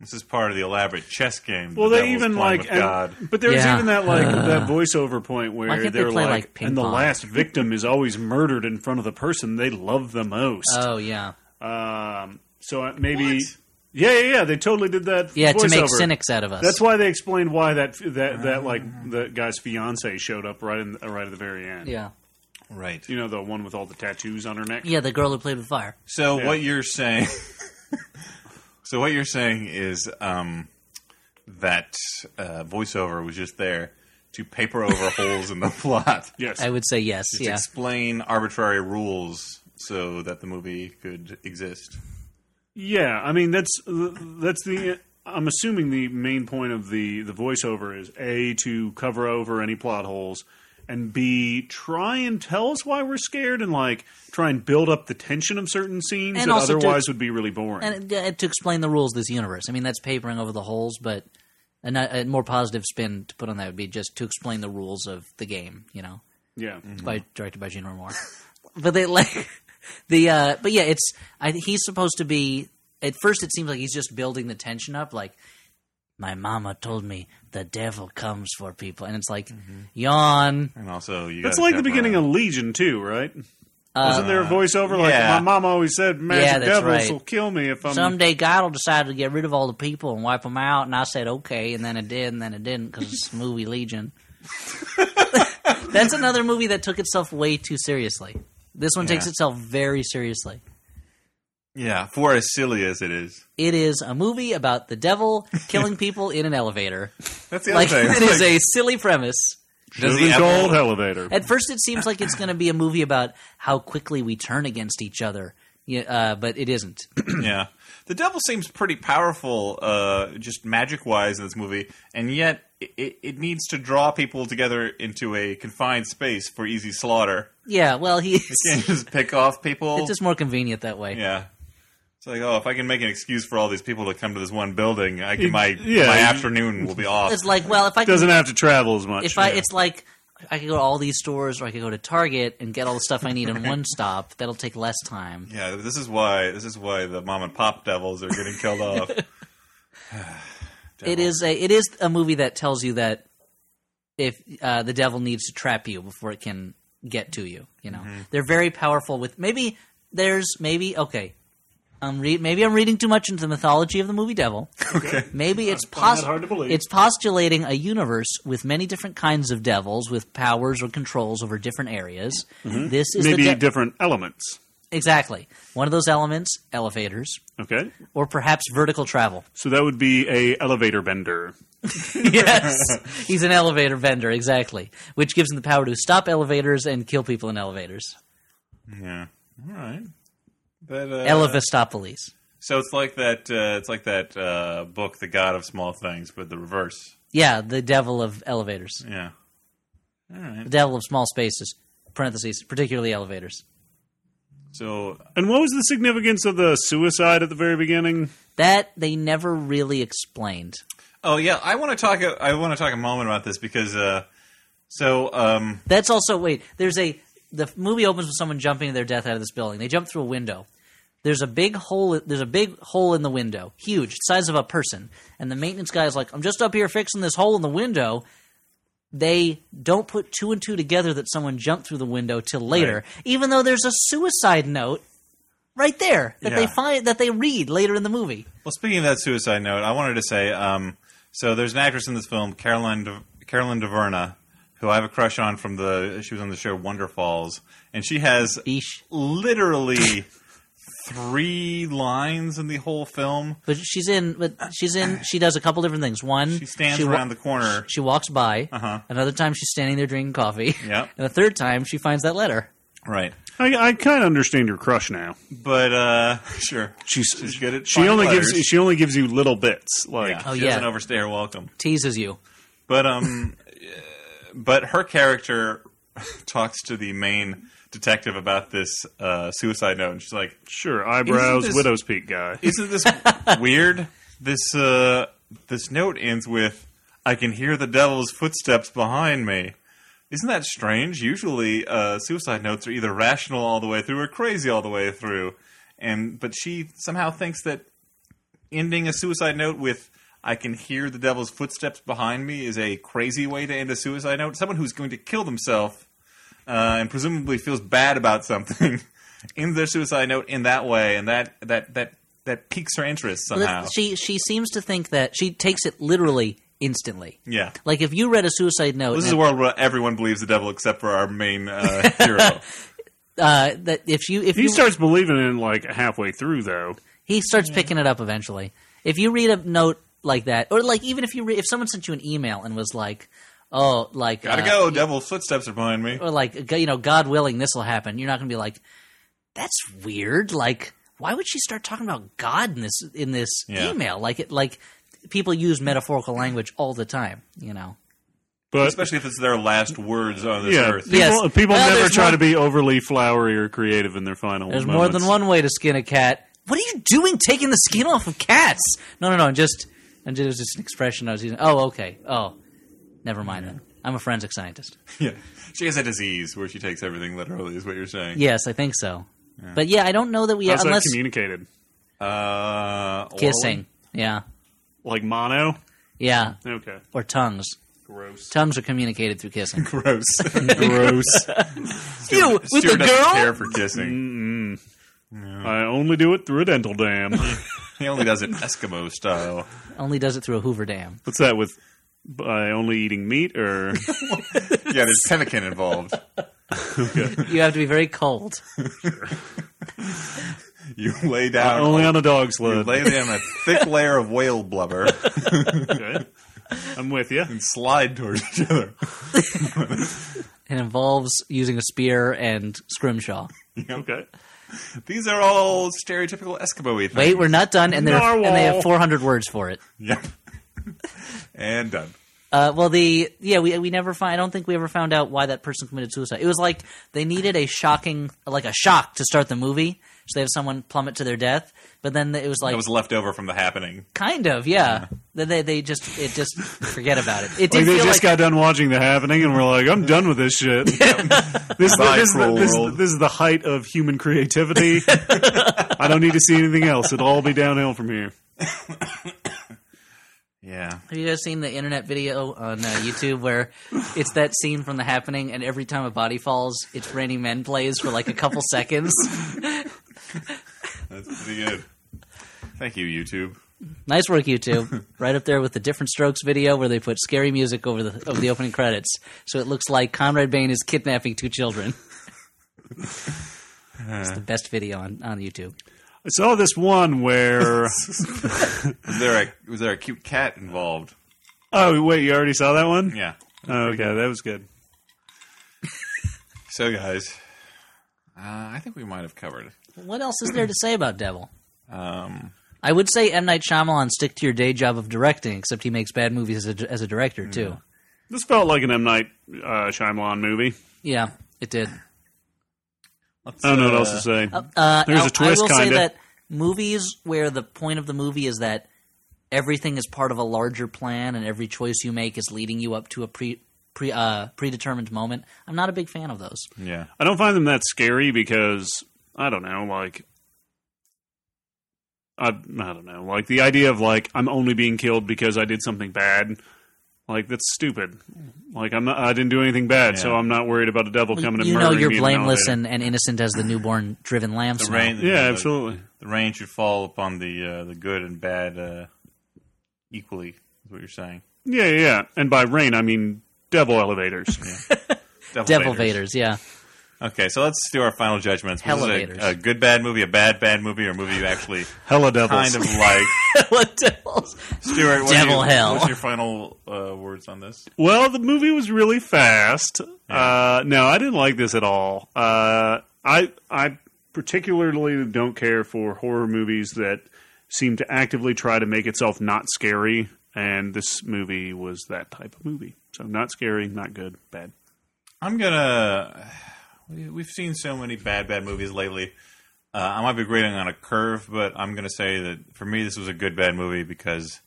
A: this is part of the elaborate chess game.
B: Well,
A: the
B: they
A: devil's
B: even
A: playing
B: like,
A: with God.
B: and, but there's
C: Yeah. Uh.
B: even that like that voiceover point
C: Why
B: where
C: can't they
B: they're
C: play,
B: like,
C: like, ping
B: and the
C: pong?
B: last victim is always murdered in front of the person they love the most.
C: oh yeah
B: um, so uh, maybe,
A: What?
B: yeah, yeah, yeah, they totally did that.
C: yeah to make
B: voiceover.
C: cynics out of us
B: That's why they explained why that that that like that guy's fiance showed up right in uh, right at the very end.
C: yeah
A: right.
B: You know the one with all the tattoos on her neck.
C: yeah the girl who played with fire
A: So
B: Yeah.
A: what you're saying? so what you're saying is um, that uh, voiceover was just there to paper over holes in the plot,
B: Yes.
C: i would say yes
A: to
C: yeah
A: explain arbitrary rules so that the movie could exist.
B: Yeah, I mean that's that's the I'm assuming the main point of the the voiceover is a to cover over any plot holes and b try and tell us why we're scared and like try and build up the tension of certain scenes
C: And
B: that
C: also to-
B: otherwise would be really boring.
C: and uh, to explain the rules of this universe i mean that's papering over the holes but a, ni- a more positive spin to put on that would be just to explain the rules of the game you know
B: yeah,
C: by directed by Gene Moore. but they like the uh but yeah, it's I, he's supposed to be at first it seems like he's just building the tension up like my mama told me the devil comes for people and it's like yawn
A: And also, you
B: that's
A: gotta
B: like the
A: cover
B: beginning
A: up-
B: of Legion too, right? Wasn't there a voiceover like
A: yeah.
B: my mom always said,
C: Uh, Yeah,
B: "Magic
C: that's
B: devils
C: right.
B: will kill me if I'm."
C: someday God'll decide to get rid of all the people and wipe them out and I said okay and then it did and then it didn't cuz it's movie Legion. That's another movie that took itself way too seriously. This one takes
A: Yeah.
C: itself very seriously.
A: yeah, for as silly as it is.
C: It is a movie about the devil killing people in an elevator.
A: That's the
C: Like
A: other
C: it
A: thing.
C: is a silly premise.
A: does
B: the
A: the
B: gold elevator.
C: At first, it seems like it's going to be a movie about how quickly we turn against each other, yeah, uh, but it isn't.
A: Yeah. The devil seems pretty powerful, uh, just magic wise in this movie, and yet it, it needs to draw people together into a confined space for easy slaughter.
C: Yeah, well, he's
A: You can't just pick off people.
C: it's just more convenient that way.
A: yeah. It's like, oh, if I can make an excuse for all these people to come to this one building, I can, my
B: yeah,
A: my
B: you-
A: afternoon will be off.
C: It's like, well, if I
B: Doesn't
C: can,
B: have to travel as much.
C: if I, it's like I could go to all these stores or I could go to Target and get all the stuff I need in one stop. That'll take less time.
A: Yeah, this is why this is why the mom and pop devils are getting killed off.
C: It
A: Devil.
C: is a it is a movie that tells you that if uh, the devil needs to trap you before it can get to you. You know,
B: Mm-hmm.
C: they're very powerful. With maybe there's maybe okay. I'm re- maybe I'm reading too much into the mythology of the movie Devil. Okay. Maybe it's
B: find
C: pos-
B: that hard to believe.
C: it's postulating a universe with many different kinds of devils with powers or controls over different areas. This is
B: Mm-hmm. maybe
C: the de-
B: different elements.
C: exactly one of those elements: elevators,
B: Okay,
C: or perhaps vertical travel.
B: so that would be a elevator bender.
C: yes. He's an elevator vendor, exactly. Which gives him the power to stop elevators and kill people in elevators.
A: Yeah. All right. But, uh,
C: Elevastopolis.
A: so it's like that. Uh, it's like that uh, book, The God of Small Things, but the reverse.
C: Yeah, the devil of elevators.
A: Yeah. All right.
C: The devil of small spaces, parentheses, particularly elevators.
A: So
B: And what was the significance of the suicide at the very beginning?
C: That they never really explained.
A: Oh yeah, I want to talk. I want to talk a moment about this because uh, so um,
C: That's also wait. There's a the movie opens with someone jumping to their death out of this building. They jump through a window. There's a big hole. There's a big hole in the window, huge, size of a person. And the maintenance guy is like, "I'm just up here fixing this hole in the window." They don't put two and two together that someone jumped through the window till later, even though there's a suicide note right there that they
A: Yeah.
C: find that they read later in the movie.
A: well, speaking of that suicide note, I wanted to say um, so there's an actress in this film, Caroline De- Caroline DeVerna, who I have a crush on from the she was on the show Wonder Falls, and she has
C: Beesh.
A: literally three lines in the whole film.
C: But she's in. But she's in. She does a couple different things. One,
A: She stands
C: wa-
A: around the corner.
C: She walks by. Another time, she's standing there drinking coffee.
A: Uh-huh. Yep.
C: And the third time, she finds that letter.
A: Right,
B: I, I kind of understand your crush now.
A: but uh, sure,
B: She's,
A: she's good at
B: she only
A: finding letters.
B: gives she only gives you little bits. Like
A: yeah,
C: Oh,
A: she
C: yeah.
A: doesn't overstay her welcome.
C: Teases you.
A: But um, but her character talks to the main detective about this uh, suicide note, and she's like,
B: sure, eyebrows,
A: this-
B: widow's peak guy.
A: "Isn't this weird? This uh, this note ends with I can hear the devil's footsteps behind me." Isn't that strange? Usually, uh, suicide notes are either rational all the way through or crazy all the way through, and but she somehow thinks that ending a suicide note with I can hear the devil's footsteps behind me is a crazy way to end a suicide note. Someone who's going to kill themselves uh, and presumably feels bad about something ends their suicide note in that way, and that that that that piques her interest
C: But
A: somehow.
C: She she seems to think that she takes it literally instantly.
A: yeah.
C: Like if you read a suicide note, uh,
A: This is a
C: and-
A: world where everyone believes the devil except for our main uh, hero.
C: uh, that if you if
B: He
C: you,
B: starts believing in like halfway through though.
C: he starts picking it up eventually. If you read a note like that, or like even if you re- if someone sent you an email and was like, oh, like
A: Gotta
C: uh,
A: go, devil's footsteps are behind me.
C: or like you know god willing this will happen you're not going to be like that's weird like why would she start talking about god in this in this
A: Yeah.
C: email like it like people use metaphorical language all the time you know
B: But
A: Especially if it's their last words on this
B: yeah,
A: earth.
B: people,
C: Yes.
B: people
C: Well,
B: never
C: there's
B: try
C: one-
B: to be overly flowery or creative in their final.
C: there's more than one way to skin a cat what are you doing taking the skin off of cats no no no and just and it was just an expression i was using oh okay oh never mind then i'm a forensic scientist
A: Yeah. She has a disease where she takes everything literally, is what you're saying.
C: yes i think so but yeah i don't know that we
B: How's
C: unless
B: that communicated?
A: Uh,
C: kissing yeah
B: Like mono?
C: yeah
B: Okay,
C: or tongues
B: gross.
C: tongues are communicated through kissing
A: Gross.
B: Gross.
C: you with
A: Stuart
C: the
A: doesn't
C: girl.
A: care for kissing.
B: I only do it through a dental dam.
A: He only does it Eskimo style.
C: Only does it through a Hoover Dam.
B: What's that with? By only eating meat, or
A: Yeah, there's pemmican involved.
C: You have to be very cold.
A: You lay down.
B: only on a dog's
A: you
B: load?
A: lay down a thick layer of whale blubber
B: Okay. I'm with you.
A: and slide towards each other.
C: It involves using a spear and scrimshaw.
B: Okay.
A: These are all stereotypical Eskimo-y things.
C: Wait, we're not done, and, they're- and they have
B: Narwhal.
C: 400 words for it.
A: Yep. and done.
C: Uh, well, the yeah, we we never find. I don't think we ever found out why that person committed suicide. It was like they needed a shocking, like a shock to start the movie, so they have someone plummet to their death. But then it was like
A: That was left over from the happening.
C: kind of yeah. Then they they just it just forget about it. It
B: Like
C: did
B: they
C: feel
B: just got
C: like
B: done watching the happening, and we're like, "I'm done with this shit." this, is the- this,
A: Bye,
B: is the,
A: cruel
B: this,
A: world.
B: this is the height of human creativity. I don't need to see anything else. It'll all be downhill from here.
A: Yeah.
C: Have you guys seen the internet video on uh, YouTube where it's that scene from The Happening, and every time a body falls, it's Raining Men plays for like a couple seconds?
A: That's pretty good. Thank you, YouTube.
C: Nice work, YouTube. Right up there with the Different Strokes video where they put scary music over the over the opening credits, so it looks like Conrad Bain is kidnapping two children. it's the best video on on YouTube.
B: I saw this one where.
A: Was there a was there a cute cat involved?
B: oh wait, you already saw that one?
A: Yeah.
B: Oh, okay, that was good.
A: So guys, uh, I think we might have covered.
C: What else is there to say about Devil?
A: Um,
C: I would say M Night Shyamalan stick to your day job of directing, except he makes bad movies as a, as a director too.
B: This felt like an M Night uh, Shyamalan movie.
C: Yeah, it did.
A: let's,
B: I don't know what
A: uh,
B: else to say.
C: Uh,
B: There's
C: I-
B: a twist,
C: I will say
B: kinda.
C: that movies where the point of the movie is that everything is part of a larger plan, and every choice you make is leading you up to a pre pre uh, predetermined moment. I'm not a big fan of those.
A: Yeah.
B: I don't find them that scary because I don't know, like I I don't know, like the idea of like I'm only being killed because I did something bad. Like that's stupid. Like I'm not, I didn't do anything bad, so
A: Yeah.
B: I'm not worried about a devil coming and
C: you know
B: murdering
C: you're
B: me in an
C: blameless
B: elevator.
C: and, and innocent as the newborn driven lamb
A: The
C: smell.
A: rain.
B: yeah,
A: the-
B: absolutely.
A: The rain should fall upon the uh, the good and bad uh, equally. Is what you're saying.
B: Yeah, yeah, yeah. And by rain, I mean devil elevators.
C: Devil Vaders, yeah.
A: Okay, so let's do our final judgments. Was this
C: Hellvators.
A: a, a good bad movie, a bad bad movie, or a movie you actually
B: Hella devils.
A: kind of like?
C: What devils?
A: Stuart, what are
C: Devil
A: you-
C: hell.
A: What's your final uh, words on this?
B: Well, the movie was really fast. Uh, no, I didn't like this at all. Uh, I I particularly don't care for horror movies that seem to actively try to make itself not scary, and this movie was that type of movie. So not scary, not good, bad.
A: I'm gonna. we- We've seen so many bad, bad movies lately. Uh, I might be grading on a curve, but I'm gonna say that for me, this was a good bad movie because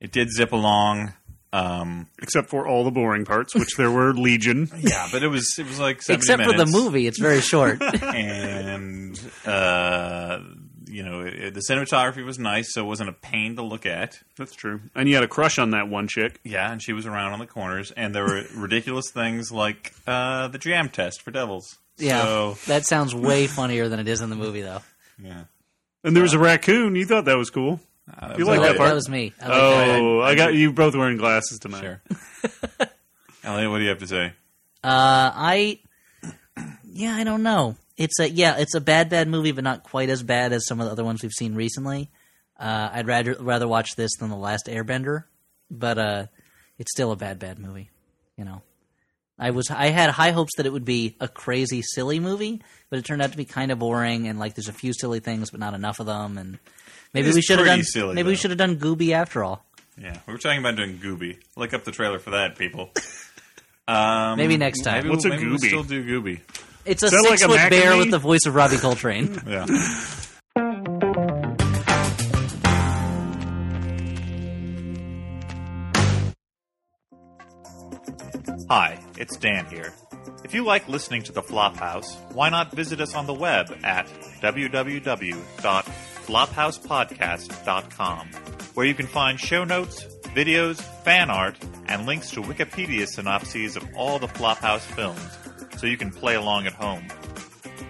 A: it did zip along. Um,
B: Except for all the boring parts, which there were legion.
A: yeah, but it was it was like 70
C: Except for the
A: minutes,
C: movie, it's very short.
A: and uh, you know it, the cinematography was nice, so it wasn't a pain to look at.
B: That's true. And you had a crush on that one chick.
A: Yeah, and she was around on the corners, and there were ridiculous things like uh, the jam test for devils.
C: yeah.
A: So,
C: That sounds way funnier than it is in the movie though.
A: yeah.
B: And there was a raccoon. You thought that was cool.
A: Uh, that
B: You
A: was
B: like
C: That,
A: all
B: that
A: it.
B: part?
C: was me. I like that.
B: Oh, I got you both wearing glasses tonight.
A: Sure. Elliot, what do you have to say?
C: Uh, I, yeah, I don't know. It's a yeah, it's a bad bad movie, but not quite as bad as some of the other ones we've seen recently. Uh, I'd rather rather watch this than the last Airbender, but uh, it's still a bad bad movie. You know, I was I had high hopes that it would be a crazy silly movie, but it turned out to be kind of boring and like there's a few silly things, but not enough of them. And maybe
A: is
C: we should have
A: pretty
C: done
A: silly,
C: maybe we
A: though.
C: should have done Gooby after all.
A: Yeah, we were talking about doing Gooby. Look up the trailer for that, people.
C: Maybe next time.
A: Um, Maybe
B: What's a
A: we'll, maybe we'll
B: Gooby?
A: still do Gooby.
C: It's a
B: that like a
C: six foot bear
B: macrame?
C: with the voice of Robbie Coltrane.
A: Yeah. Hi, it's Dan here. If you like listening to The Flophouse, why not visit us on the web at www.flophousepodcast.com, where you can find show notes, videos, fan art, and links to Wikipedia synopses of all the Flophouse films, so you can play along at home.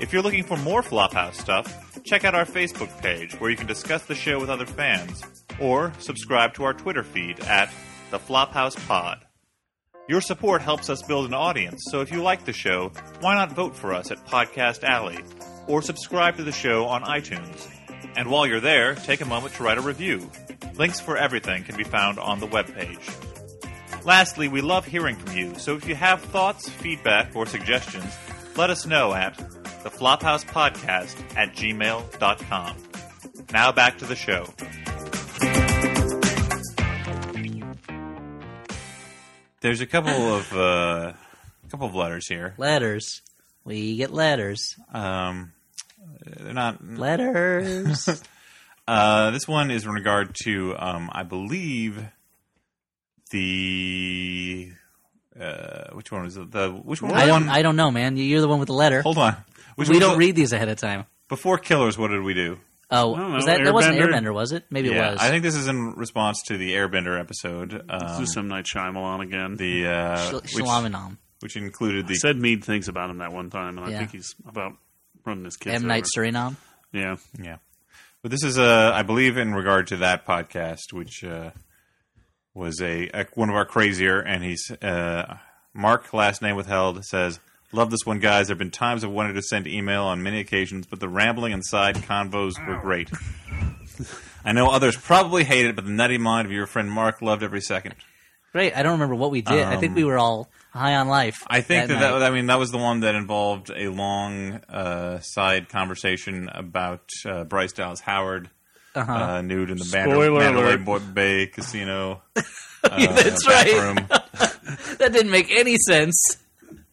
A: If you're looking for more Flophouse stuff, check out our Facebook page where you can discuss the show with other fans, or subscribe to our Twitter feed at The Flophouse Pod. Your support helps us build an audience, so if you like the show, why not vote for us at Podcast Alley or subscribe to the show on iTunes? And while you're there, take a moment to write a review. Links for everything can be found on the webpage. Lastly, we love hearing from you, so if you have thoughts, feedback, or suggestions, let us know at theflophousepodcast at gmail.com. Now back to the show. There's a couple of uh, couple of letters here.
C: Letters. We get letters.
A: Um, they're not.
C: Letters.
A: Uh, this one is in regard to, um, I believe, the uh, which one was it? the which one?
C: I
A: the
C: don't.
A: one-
C: I don't know, man. You're the one with the letter.
A: hold on. Which
C: we
A: was
C: don't
A: the-
C: read these ahead of time.
A: before killers. What did we do?
C: Oh,
B: don't
C: was
B: know,
C: that that wasn't
B: Airbender?
C: Airbender? Was it? Maybe it was.
A: I think this is in response to the Airbender episode.
B: This
A: Um,
B: is some night Shyamalan again.
A: the uh,
C: Shal-
A: which,
C: Shalamanom.
A: which included
B: I
A: the
B: said mean things about him that one time, and
C: Yeah.
B: I think he's about running his kids.
C: M Night
B: over.
C: Suriname.
B: Yeah,
A: yeah, but this is uh, I believe in regard to that podcast, which uh, was a, a one of our crazier, and he's uh, Mark last name withheld says. Love this one, guys. There have been times I've wanted to send email on many occasions, but the rambling and side convos were great. I know others probably hate it, but the nutty mind of your friend Mark loved every second.
C: Great. I don't remember what we did. I think
A: Um,
C: we were all high on life.
A: I think that,
C: night.
A: that, I mean that was the one that involved a long uh, side conversation about uh, Bryce Dallas Howard
C: Uh-huh.
A: uh, nude in the
B: Spoiler
A: Mander- Mandalay
B: alert.
A: Boy Bay Casino. uh,
C: Yeah, that's right.
A: Room.
C: That didn't make any sense.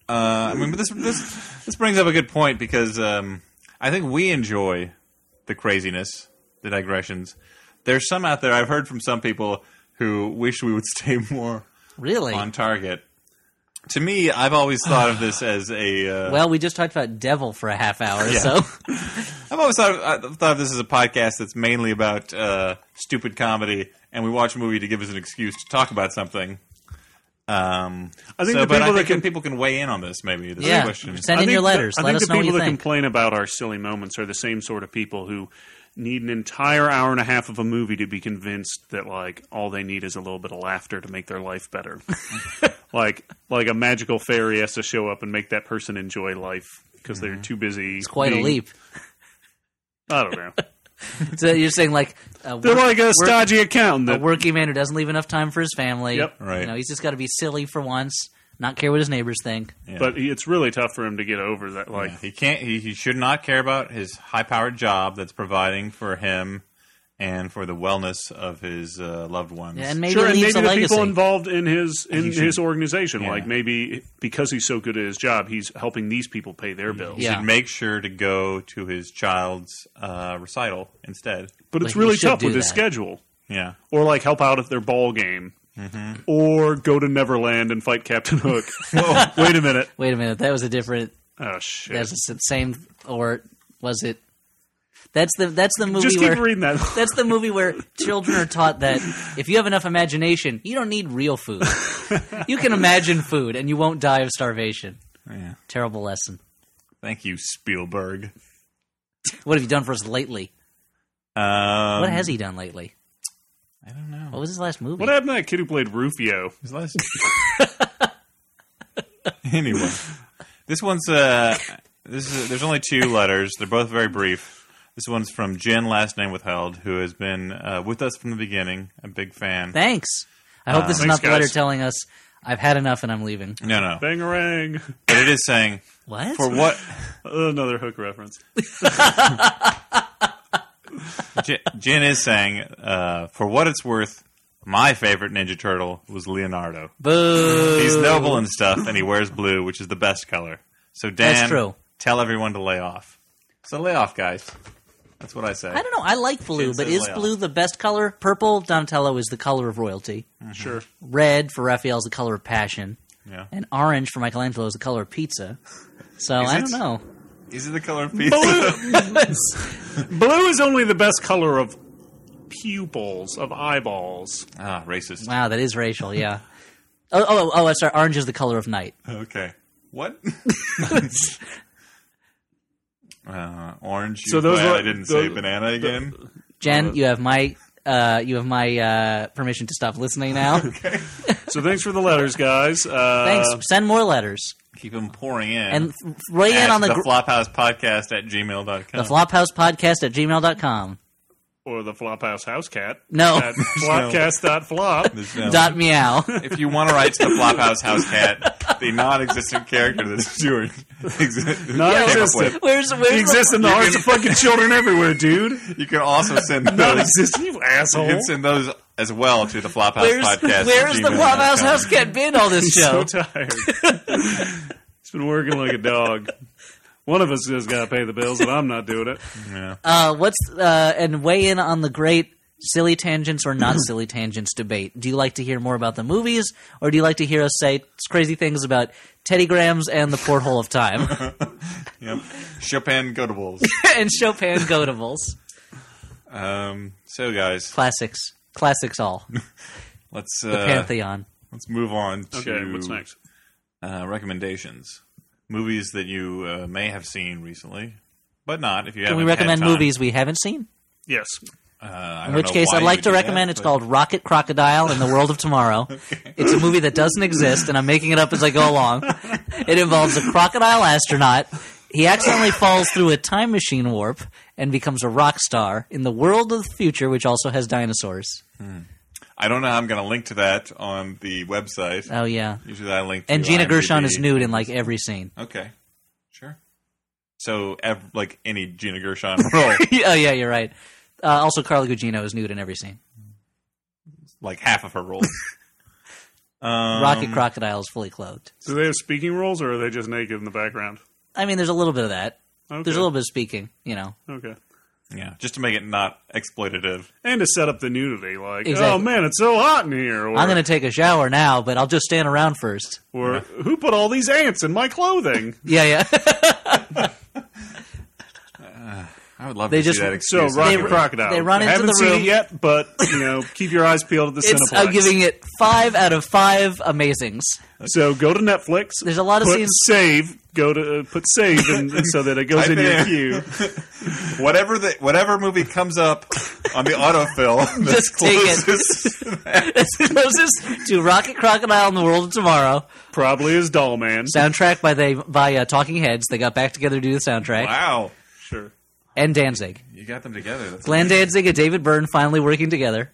A: Uh, I mean, but this this this brings up a good point because um, I think we enjoy the craziness, the digressions. There's some out there I've heard from some people who wish we would stay more
C: Really?
A: on target. To me, I've always thought of this as a uh,
C: Well, we just talked about devil for a half hour, so
A: I've always thought of, I thought of this as a podcast that's mainly about uh, stupid comedy, and we watch a movie to give us an excuse to talk about something. Um,
B: I think
A: so-
B: the
A: but I
B: people that
A: think
B: can-
A: people can weigh in on this. Maybe this
C: Yeah.
A: question.
C: Send
B: I
C: in
B: think
C: your
B: the-
C: letters.
B: I
C: Let
B: think
C: us
B: the
C: know what
B: people
C: you
B: that
C: think.
B: complain about our silly moments are the same sort of people who need an entire hour and a half of a movie to be convinced that like all they need is a little bit of laughter to make their life better. like like a magical fairy has to show up and make that person enjoy life because they're too busy. It's
C: Mm-hmm. quite a leap.
B: I don't know.
C: So you're saying like a,
B: They're
C: work,
B: like a stodgy accountant
C: a
B: that
C: working man who doesn't leave enough time for his family.
B: Yep.
A: Right.
C: You know, he's just got to be silly for once, not care what his neighbors think.
A: Yeah.
B: but he- it's really tough for him to get over that like
A: Yeah. he can't. He, he should not care about his high-powered job that's providing for him and for the wellness of his uh, loved ones.
C: Yeah, and maybe
B: Sure,
C: it
B: and
C: leaves
B: maybe the
C: a legacy.
B: people involved in his in
A: He should-
B: his organization,
A: yeah.
B: like maybe because he's so good at his job, he's helping these people pay their bills.
A: he
C: Yeah.
A: should make sure to go to his child's uh, recital instead.
B: But
C: Like,
B: it's
C: he
B: really
C: should
B: tough
C: do
B: with his
C: that.
B: schedule,
A: Yeah.
B: or like help out at their ball game,
A: Mm-hmm.
B: or go to Neverland and fight Captain Hook. Whoa, wait a minute!
C: Wait a minute, that was a different.
B: Oh shit!
C: That's the same, or was it? That's the that's the movie
B: Just keep
C: where
B: reading that.
C: that's the movie where children are taught that if you have enough imagination, you don't need real food. you can imagine food, and you won't die of starvation.
A: Yeah.
C: Terrible lesson.
A: Thank you, Spielberg.
C: What have you done for us lately?
A: Um,
C: What has he done lately?
A: I don't know.
C: What was his last movie?
B: what happened to that kid who played Rufio?
A: His last. anyway, this one's uh, this is there's only two letters. They're both very brief. This one's from Jen, last name withheld, who has been uh, with us from the beginning. A big fan.
C: Thanks. I hope this is
B: Uh, Thanks,
C: not the letter
B: guys.
C: telling us I've had enough and I'm leaving.
A: no, no,
B: Bangarang!
A: but it is saying
C: What?
A: for what
B: Another Hook reference.
A: Jen- Jen is saying uh, for what it's worth. My favorite Ninja Turtle was Leonardo.
C: Boo.
A: He's noble and stuff, and he wears blue, which is the best color. So Dan,
C: That's true.
A: tell everyone to lay off. So lay off, guys. That's what I say.
C: I don't know. I like blue,
A: Shouldn't
C: but
A: say
C: is
A: layoff.
C: blue the best color? Purple, Donatello is the color of royalty.
A: Mm-hmm.
B: Sure.
C: Red for Raphael is the color of passion,
A: Yeah.
C: and orange for Michelangelo is the color of pizza. So I
A: it?
C: don't know.
A: Is it the color of pizza?
B: Blue, blue is only the best color of pupils of eyeballs.
A: ah, racist.
C: Wow, that is racial. Yeah. Oh, oh, oh! I'm sorry. Orange is the color of night.
A: Okay. What? uh, orange.
B: So
A: So
B: those
A: those
B: were-
A: I didn't say
B: those-
A: banana again.
C: Jen, you have my uh, you have my uh, permission to stop listening now.
B: So thanks for the letters, guys. Uh,
C: Thanks. Send more letters
A: Keep them pouring in.
C: and weigh in
A: at
C: on the,
A: the,
C: gr-
A: Flophouse Podcast at gmail.com.
C: the Flophouse Podcast at gmail.com.
B: Or the Flophouse House Cat.
C: No.
B: At flopcast.flop.
A: There's no-
C: Dot meow.
A: if you want to write to the Flophouse House Cat, the non-existent character that Stuart exi- came up
B: Non-existent.
C: Where's
B: He
C: where's
B: exists in the hearts of fucking children everywhere, dude.
A: with. you can also send
B: Not
A: those.
B: exist, you
A: You
B: asshole.
A: can send those as well to the Flophouse
C: Where's,
A: podcast.
C: where's the Flophouse House Cat been all this show?
B: so tired. He's been working like a dog. One of us has got to pay the bills, and I'm not doing it.
C: Uh, what's uh, and weigh in on the great silly tangents or not silly tangents debate. Do you like to hear more about the movies, or do you like to hear us say crazy things about Teddy Grahams and the Porthole of Time
A: Yep. Chopin Gotables.
C: and Chopin Gotables?
A: Um, so, guys,
C: Classics, classics all.
A: let's uh,
C: Pantheon.
A: let's move on to
B: Okay, what's next?
A: Uh, recommendations. Movies that you uh, may have seen recently, but not if you
C: Can
A: haven't.
C: we
A: had
C: recommend
A: time.
C: movies we haven't seen?
B: Yes.
A: Uh, I
C: In
A: don't
C: which
A: know
C: case,
A: why
C: I'd
A: you
C: like
A: would
C: to
A: do that,
C: recommend it's
A: but-
C: called Rocket Crocodile in the World of Tomorrow. It's a movie that doesn't exist, and I'm making it up as I go along. It involves a crocodile astronaut. He accidentally falls through a time machine warp and becomes a rock star in the world of the future, which also has dinosaurs.
A: I don't know how I'm going to link to that on the website.
C: Oh, yeah.
A: Usually I link to
C: And Gina
A: IMDb.
C: Gershon is nude in like every scene.
A: Okay. Sure. So, ev- like any Gina Gershon role,
C: oh, yeah, you're right. Uh, also, Carla Gugino is nude in every scene.
A: like half of her roles. Um,
C: Rocket Crocodile is fully clothed.
B: Do they have speaking roles, or are they just naked in the background?
C: I mean, there's a little bit of that.
B: Okay.
C: There's a little bit of speaking, you know.
B: Okay.
A: Yeah, just to make it not exploitative.
B: And to set up the nudity, like, oh
C: Exactly.
B: man, it's so hot in here. Or,
C: I'm going to take a shower now, but I'll just stand around first.
B: or who put all these ants in my clothing?
C: Yeah, yeah.
A: I would love
C: They
A: to
C: just-
A: see that.
B: So,
A: Excuse.
B: Rocket
C: They-
B: Crocodile.
C: they run
B: I
C: into
B: haven't
C: the
B: seen
C: room.
B: it yet, but you know, keep your eyes peeled at the
C: It's,
B: Cineplex.
C: I'm giving it five out of five amazings.
B: So go to Netflix.
C: There's a lot of
B: put
C: scenes-
B: Save. Go to uh, put save in, so that it goes
A: Type
B: in
A: it
B: your
A: in.
B: queue.
A: whatever the whatever movie comes up on the autofill, that's
C: Just take it.
A: closest-
C: It's the closest to Rocket Crocodile in the World of Tomorrow.
B: Probably is Doll Man.
C: Soundtrack by they by uh, Talking Heads. They got back together to do the soundtrack.
A: Wow,
B: Sure.
C: And Danzig,
A: you got them together. That's
C: Glenn Danzig and David Byrne finally working together.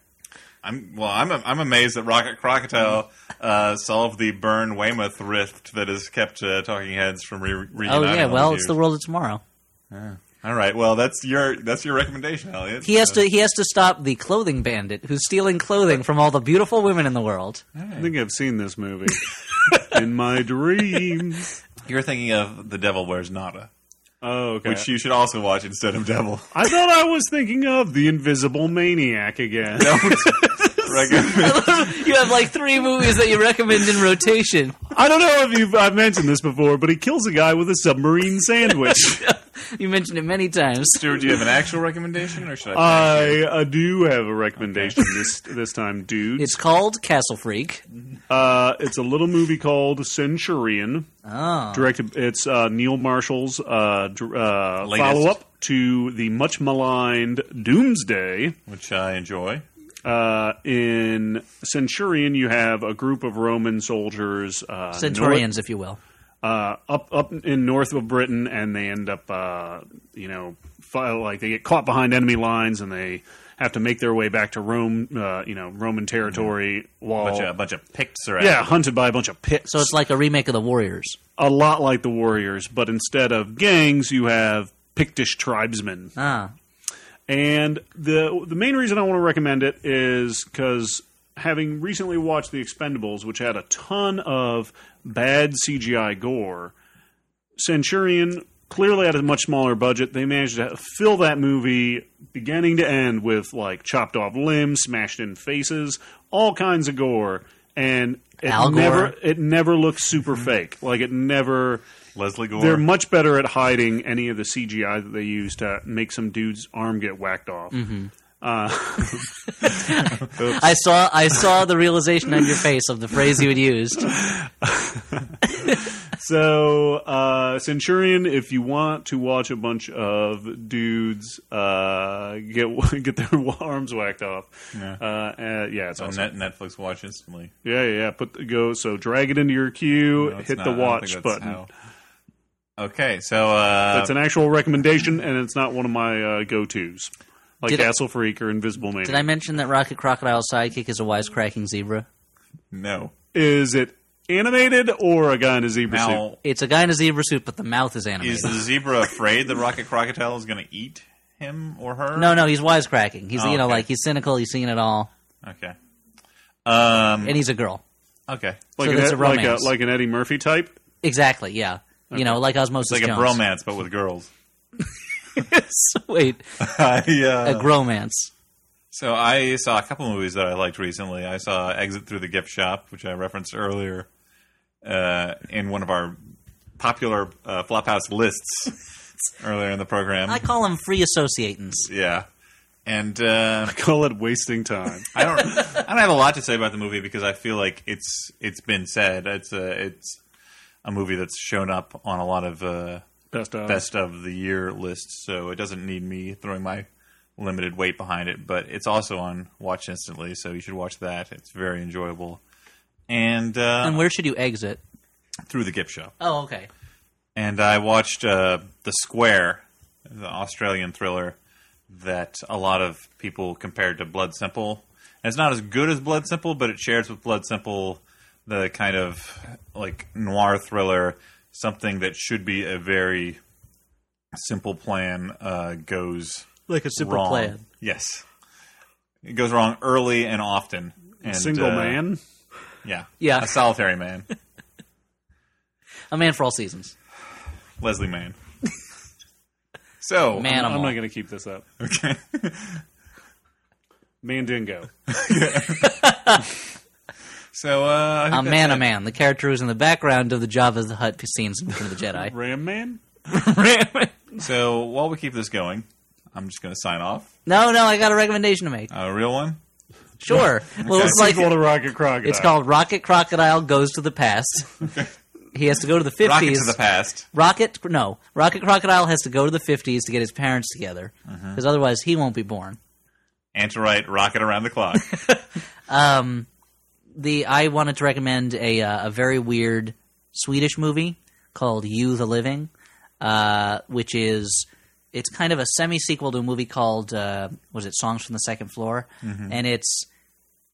A: I'm well. I'm I'm amazed that Rocket Crocodile uh, solved the Burn Weymouth rift that has kept uh, Talking Heads from re-
C: Oh
A: reuniting.
C: yeah,
A: all
C: well
A: these
C: it's the
A: years.
C: World of Tomorrow.
A: all right. Well, that's your that's your recommendation, Elliot.
C: He has to he has to stop the clothing bandit who's stealing clothing from all the beautiful women in the world.
B: I think I've seen this movie in my dreams.
A: Uh, You're thinking of The Devil Wears Nada,
B: Oh, okay.
A: which you should also watch instead of Devil.
B: I thought I was thinking of the Invisible Maniac again.
A: Don't recommend.
C: you have like three movies that you recommend in rotation.
B: I don't know if you've I've mentioned this before, but he kills a guy with a submarine sandwich.
C: You mentioned it many times.
A: Stuart, do you have an actual recommendation, or should I?
B: I uh, do have a recommendation this this time, dude.
C: It's called Castle Freak.
B: Uh, it's a little movie called Centurion.
A: Uh-huh.
C: Oh.
B: Directed, it's uh, Neil Marshall's uh, dr- uh,
A: Latest.
B: follow up to the much maligned Doomsday.
A: which I enjoy.
B: Uh, in Centurion, you have a group of Roman soldiers, uh,
C: Centurions, if you will.
B: north- uh, up up in north of Britain, and they end up, uh, you know, fi- like they get caught behind enemy lines, and they have to make their way back to Rome, uh, you know, Roman territory. While
A: Mm-hmm. bunch of, a bunch of Picts are out.
B: yeah, hunted by a bunch of pits.
C: So it's like a remake of The Warriors.
B: a lot like the Warriors, but instead of gangs, you have Pictish tribesmen.
C: Ah.
B: And the the main reason I want to recommend it is because having recently watched The Expendables, which had a ton of bad CGI gore, Centurion clearly had a much smaller budget. They managed to fill that movie beginning to end with like chopped off limbs, smashed in faces, all kinds of gore, and it
C: Al Gore. Mm-hmm.
B: never it never looks super fake. Like it never
A: Leslie Gore.
B: they're much better at hiding any of the CGI that they use to make some dude's arm get whacked off.
A: Mm-hmm.
C: I saw I saw the realization on your face of the phrase you had used.
B: So, uh, Centurion, if you want to watch a bunch of dudes uh, get get their arms whacked off, yeah, uh, uh, yeah it's
A: on
B: awesome.
A: Oh, Net- Netflix watch instantly.
B: yeah, yeah, yeah. Put the, go so drag it into your queue,
A: No, it's
B: hit
A: not.
B: the
A: I don't
B: watch
A: think that's
B: button.
A: how- Okay, so uh,
B: That's an actual recommendation, and it's not one of my uh, go tos, like
C: Did I-
B: Castle Freak or Invisible Man.
C: Did I mention that Rocket Crocodile's sidekick is a wisecracking zebra?
A: no.
B: Is it animated or a guy in a zebra suit?
A: Now,
C: It's a guy in a zebra suit, but the mouth is animated.
A: is the zebra afraid that Rocket Crocodile is going to eat him or her?
C: no, no, he's wisecracking. He's
A: Oh,
C: you know
A: okay.
C: like he's cynical. He's seen it all.
A: Okay. Um,
C: and he's a girl.
A: okay.
B: Like,
C: So
B: an,
C: there's
B: Ed-
C: a
B: like, a,
C: romance.
B: like an Eddie Murphy type.
C: Exactly. Yeah. You know, like Osmosis
A: It's like
C: Jones.
A: a bromance, but with girls.
C: Wait,
A: I,
C: a
A: uh,
C: gromance.
A: so I saw a couple movies that I liked recently. I saw Exit Through the Gift Shop, which I referenced earlier uh, in one of our popular uh, Flophouse lists earlier in the program.
C: I call them free associatins.
A: yeah. And uh,
B: Call it wasting time.
A: I don't. I don't have a lot to say about the movie because I feel like it's it's been said. It's a it's a movie that's shown up on a lot of uh,
B: Best of.
A: best of the year lists, so it doesn't need me throwing my limited weight behind it. But it's also on Watch Instantly, so you should watch that. It's very enjoyable. And, uh,
C: And where should you exit?
A: through the gift shop,
C: Oh, okay.
A: and I watched uh, The Square, the Australian thriller that a lot of people compared to Blood Simple. And it's not as good as Blood Simple, but it shares with Blood Simple the kind of like noir thriller, something that should be a very simple plan uh, goes
C: Like a super
A: wrong.
C: plan.
A: Yes, it goes wrong early and often. And,
B: Single
A: uh,
B: man.
A: yeah,
C: Yeah.
A: a solitary man,
C: A man for all seasons.
A: Leslie Mann. So
C: Man,
B: I'm
C: I'm
B: not
C: like,
B: going to keep this up. Okay. Mandingo.
A: So uh, I think
C: a
A: that's
C: man,
A: it.
C: a man. The character who's in the background of the Jabba's the Hutt scenes in Return of the Jedi.
B: Ram man.
A: So while we keep this going, I'm just going to sign off.
C: no, no, I got a recommendation to make.
A: A real one.
C: Sure. Well, it's like
B: Sequel to Rocket Crocodile.
C: it's called Rocket Crocodile Goes to the Past. he has to go to the
A: Rocket
C: fifties.
A: to the past.
C: Rocket, no, Rocket Crocodile has to go to the fifties to get his parents together,
A: Uh-huh.
C: because otherwise he won't be born.
A: Antirite rocket around the clock.
C: The I wanted to recommend a uh, a very weird Swedish movie called You the Living, uh, which is it's kind of a semi sequel to a movie called uh, was it Songs from the Second Floor, and it's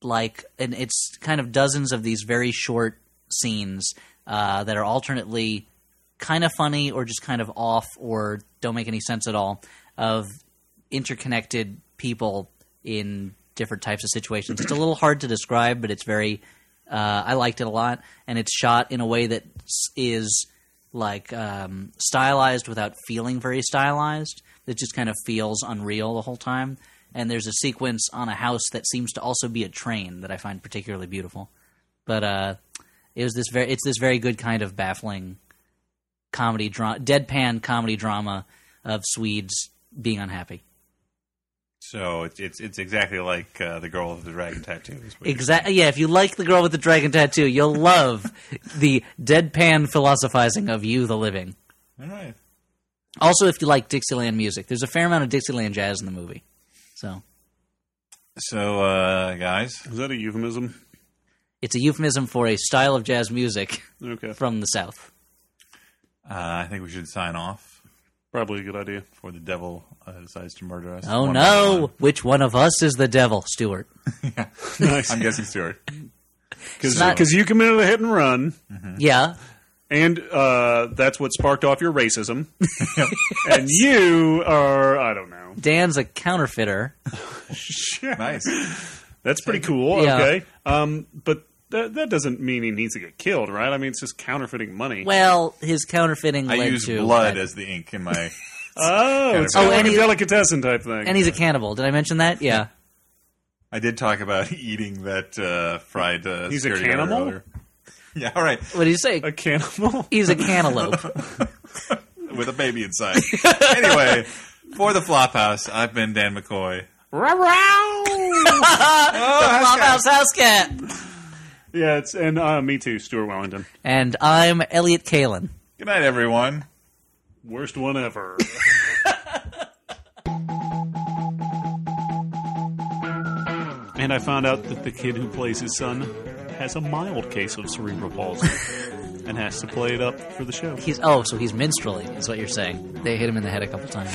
C: like and it's kind of dozens of these very short scenes uh, that are alternately kind of funny or just kind of off or don't make any sense at all of interconnected people in different types of situations. It's a little hard to describe, but it's very. Uh, I liked it a lot, and it's shot in a way that s- is like um, stylized without feeling very stylized. It just kind of feels unreal the whole time. And there's a sequence on a house that seems to also be a train that I find particularly beautiful. But uh, it was this very it's this very good kind of baffling comedy drama, deadpan comedy drama of Swedes being unhappy.
A: so it's it's, it's exactly like uh, the girl with the dragon tattoo. is what you're
C: Exactly. Yeah, if you like the girl with the dragon tattoo, you'll love the deadpan philosophizing of you, the living.
A: saying. All right.
C: Also, if you like Dixieland music, there's a fair amount of Dixieland jazz in the movie. So
A: So uh, guys,
B: Is that a euphemism?
C: it's a euphemism for a style of jazz music
B: Okay.
C: from the South.
A: uh, I think we should sign off
B: Probably a good idea.
A: before the devil uh, decides to murder us.
C: Oh
A: One by
C: no!
A: one.
C: Which one of us is the devil, Stuart?
B: Nice.
A: I'm guessing Stuart.
B: Because
C: not-
B: you committed a hit and run,
A: Hmm.
C: Yeah,
B: and uh, that's what sparked off your racism. and you are, I don't know.
C: Dan's a counterfeiter.
B: Shit.
A: Nice.
B: That's pretty cool.
C: Yeah.
B: Okay. Um, but that, that doesn't mean he needs to get killed, right? I mean, it's just counterfeiting money.
C: Well, his counterfeiting
A: I
C: led
A: use
C: to
A: blood as the ink in my.
B: oh, it's
A: Oh,
B: kind of
C: and
B: like a
C: he-
B: delicatessen type thing.
C: and he's a cannibal. Did I mention that? Yeah.
A: I did talk about eating that uh, fried. Uh,
B: He's a
A: security guard
B: cannibal?
A: earlier. Yeah. All right.
C: What do you say?
B: a cannibal.
C: He's a cantaloupe.
A: with a baby inside. anyway, for the Flophouse, I've been Dan McCoy. Oh,
C: Flophouse house cat.
B: yeah, it's and uh, me too, Stuart Wellington.
C: And I'm Elliot Kalin.
A: Good night, everyone.
B: Worst one ever. and I found out that the kid who plays his son has a mild case of cerebral palsy and has to play it up for the show.
C: He's oh, so he's minstrelly. Is what you're saying? They hit him in the head a couple times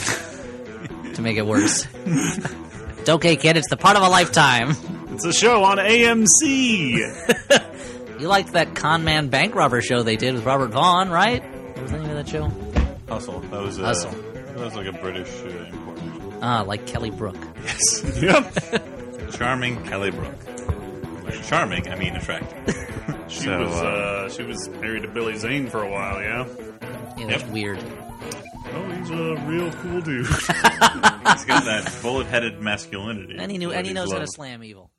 C: to make it worse. it's okay, kid. It's the part of a lifetime.
B: It's a show on AMC.
C: You liked that con man bank robber show they did with Robert Vaughn, right? What was the name of that show?
A: Hustle. That was uh,
C: Hustle.
A: That was like a British uh, import.
C: Ah, like Kelly Brook.
B: yep.
A: Charming Kelly Brook. By charming, I mean attractive.
B: She
A: So,
B: was
A: uh,
B: uh, she was married to Billy Zane for a while. Yeah.
C: Yeah, that's weird.
B: Oh, he's a real cool dude.
A: He's uh, got that bullet-headed masculinity.
C: And he knew,
A: that
C: and he
A: he's
C: knows how to
A: loved.
C: slam evil.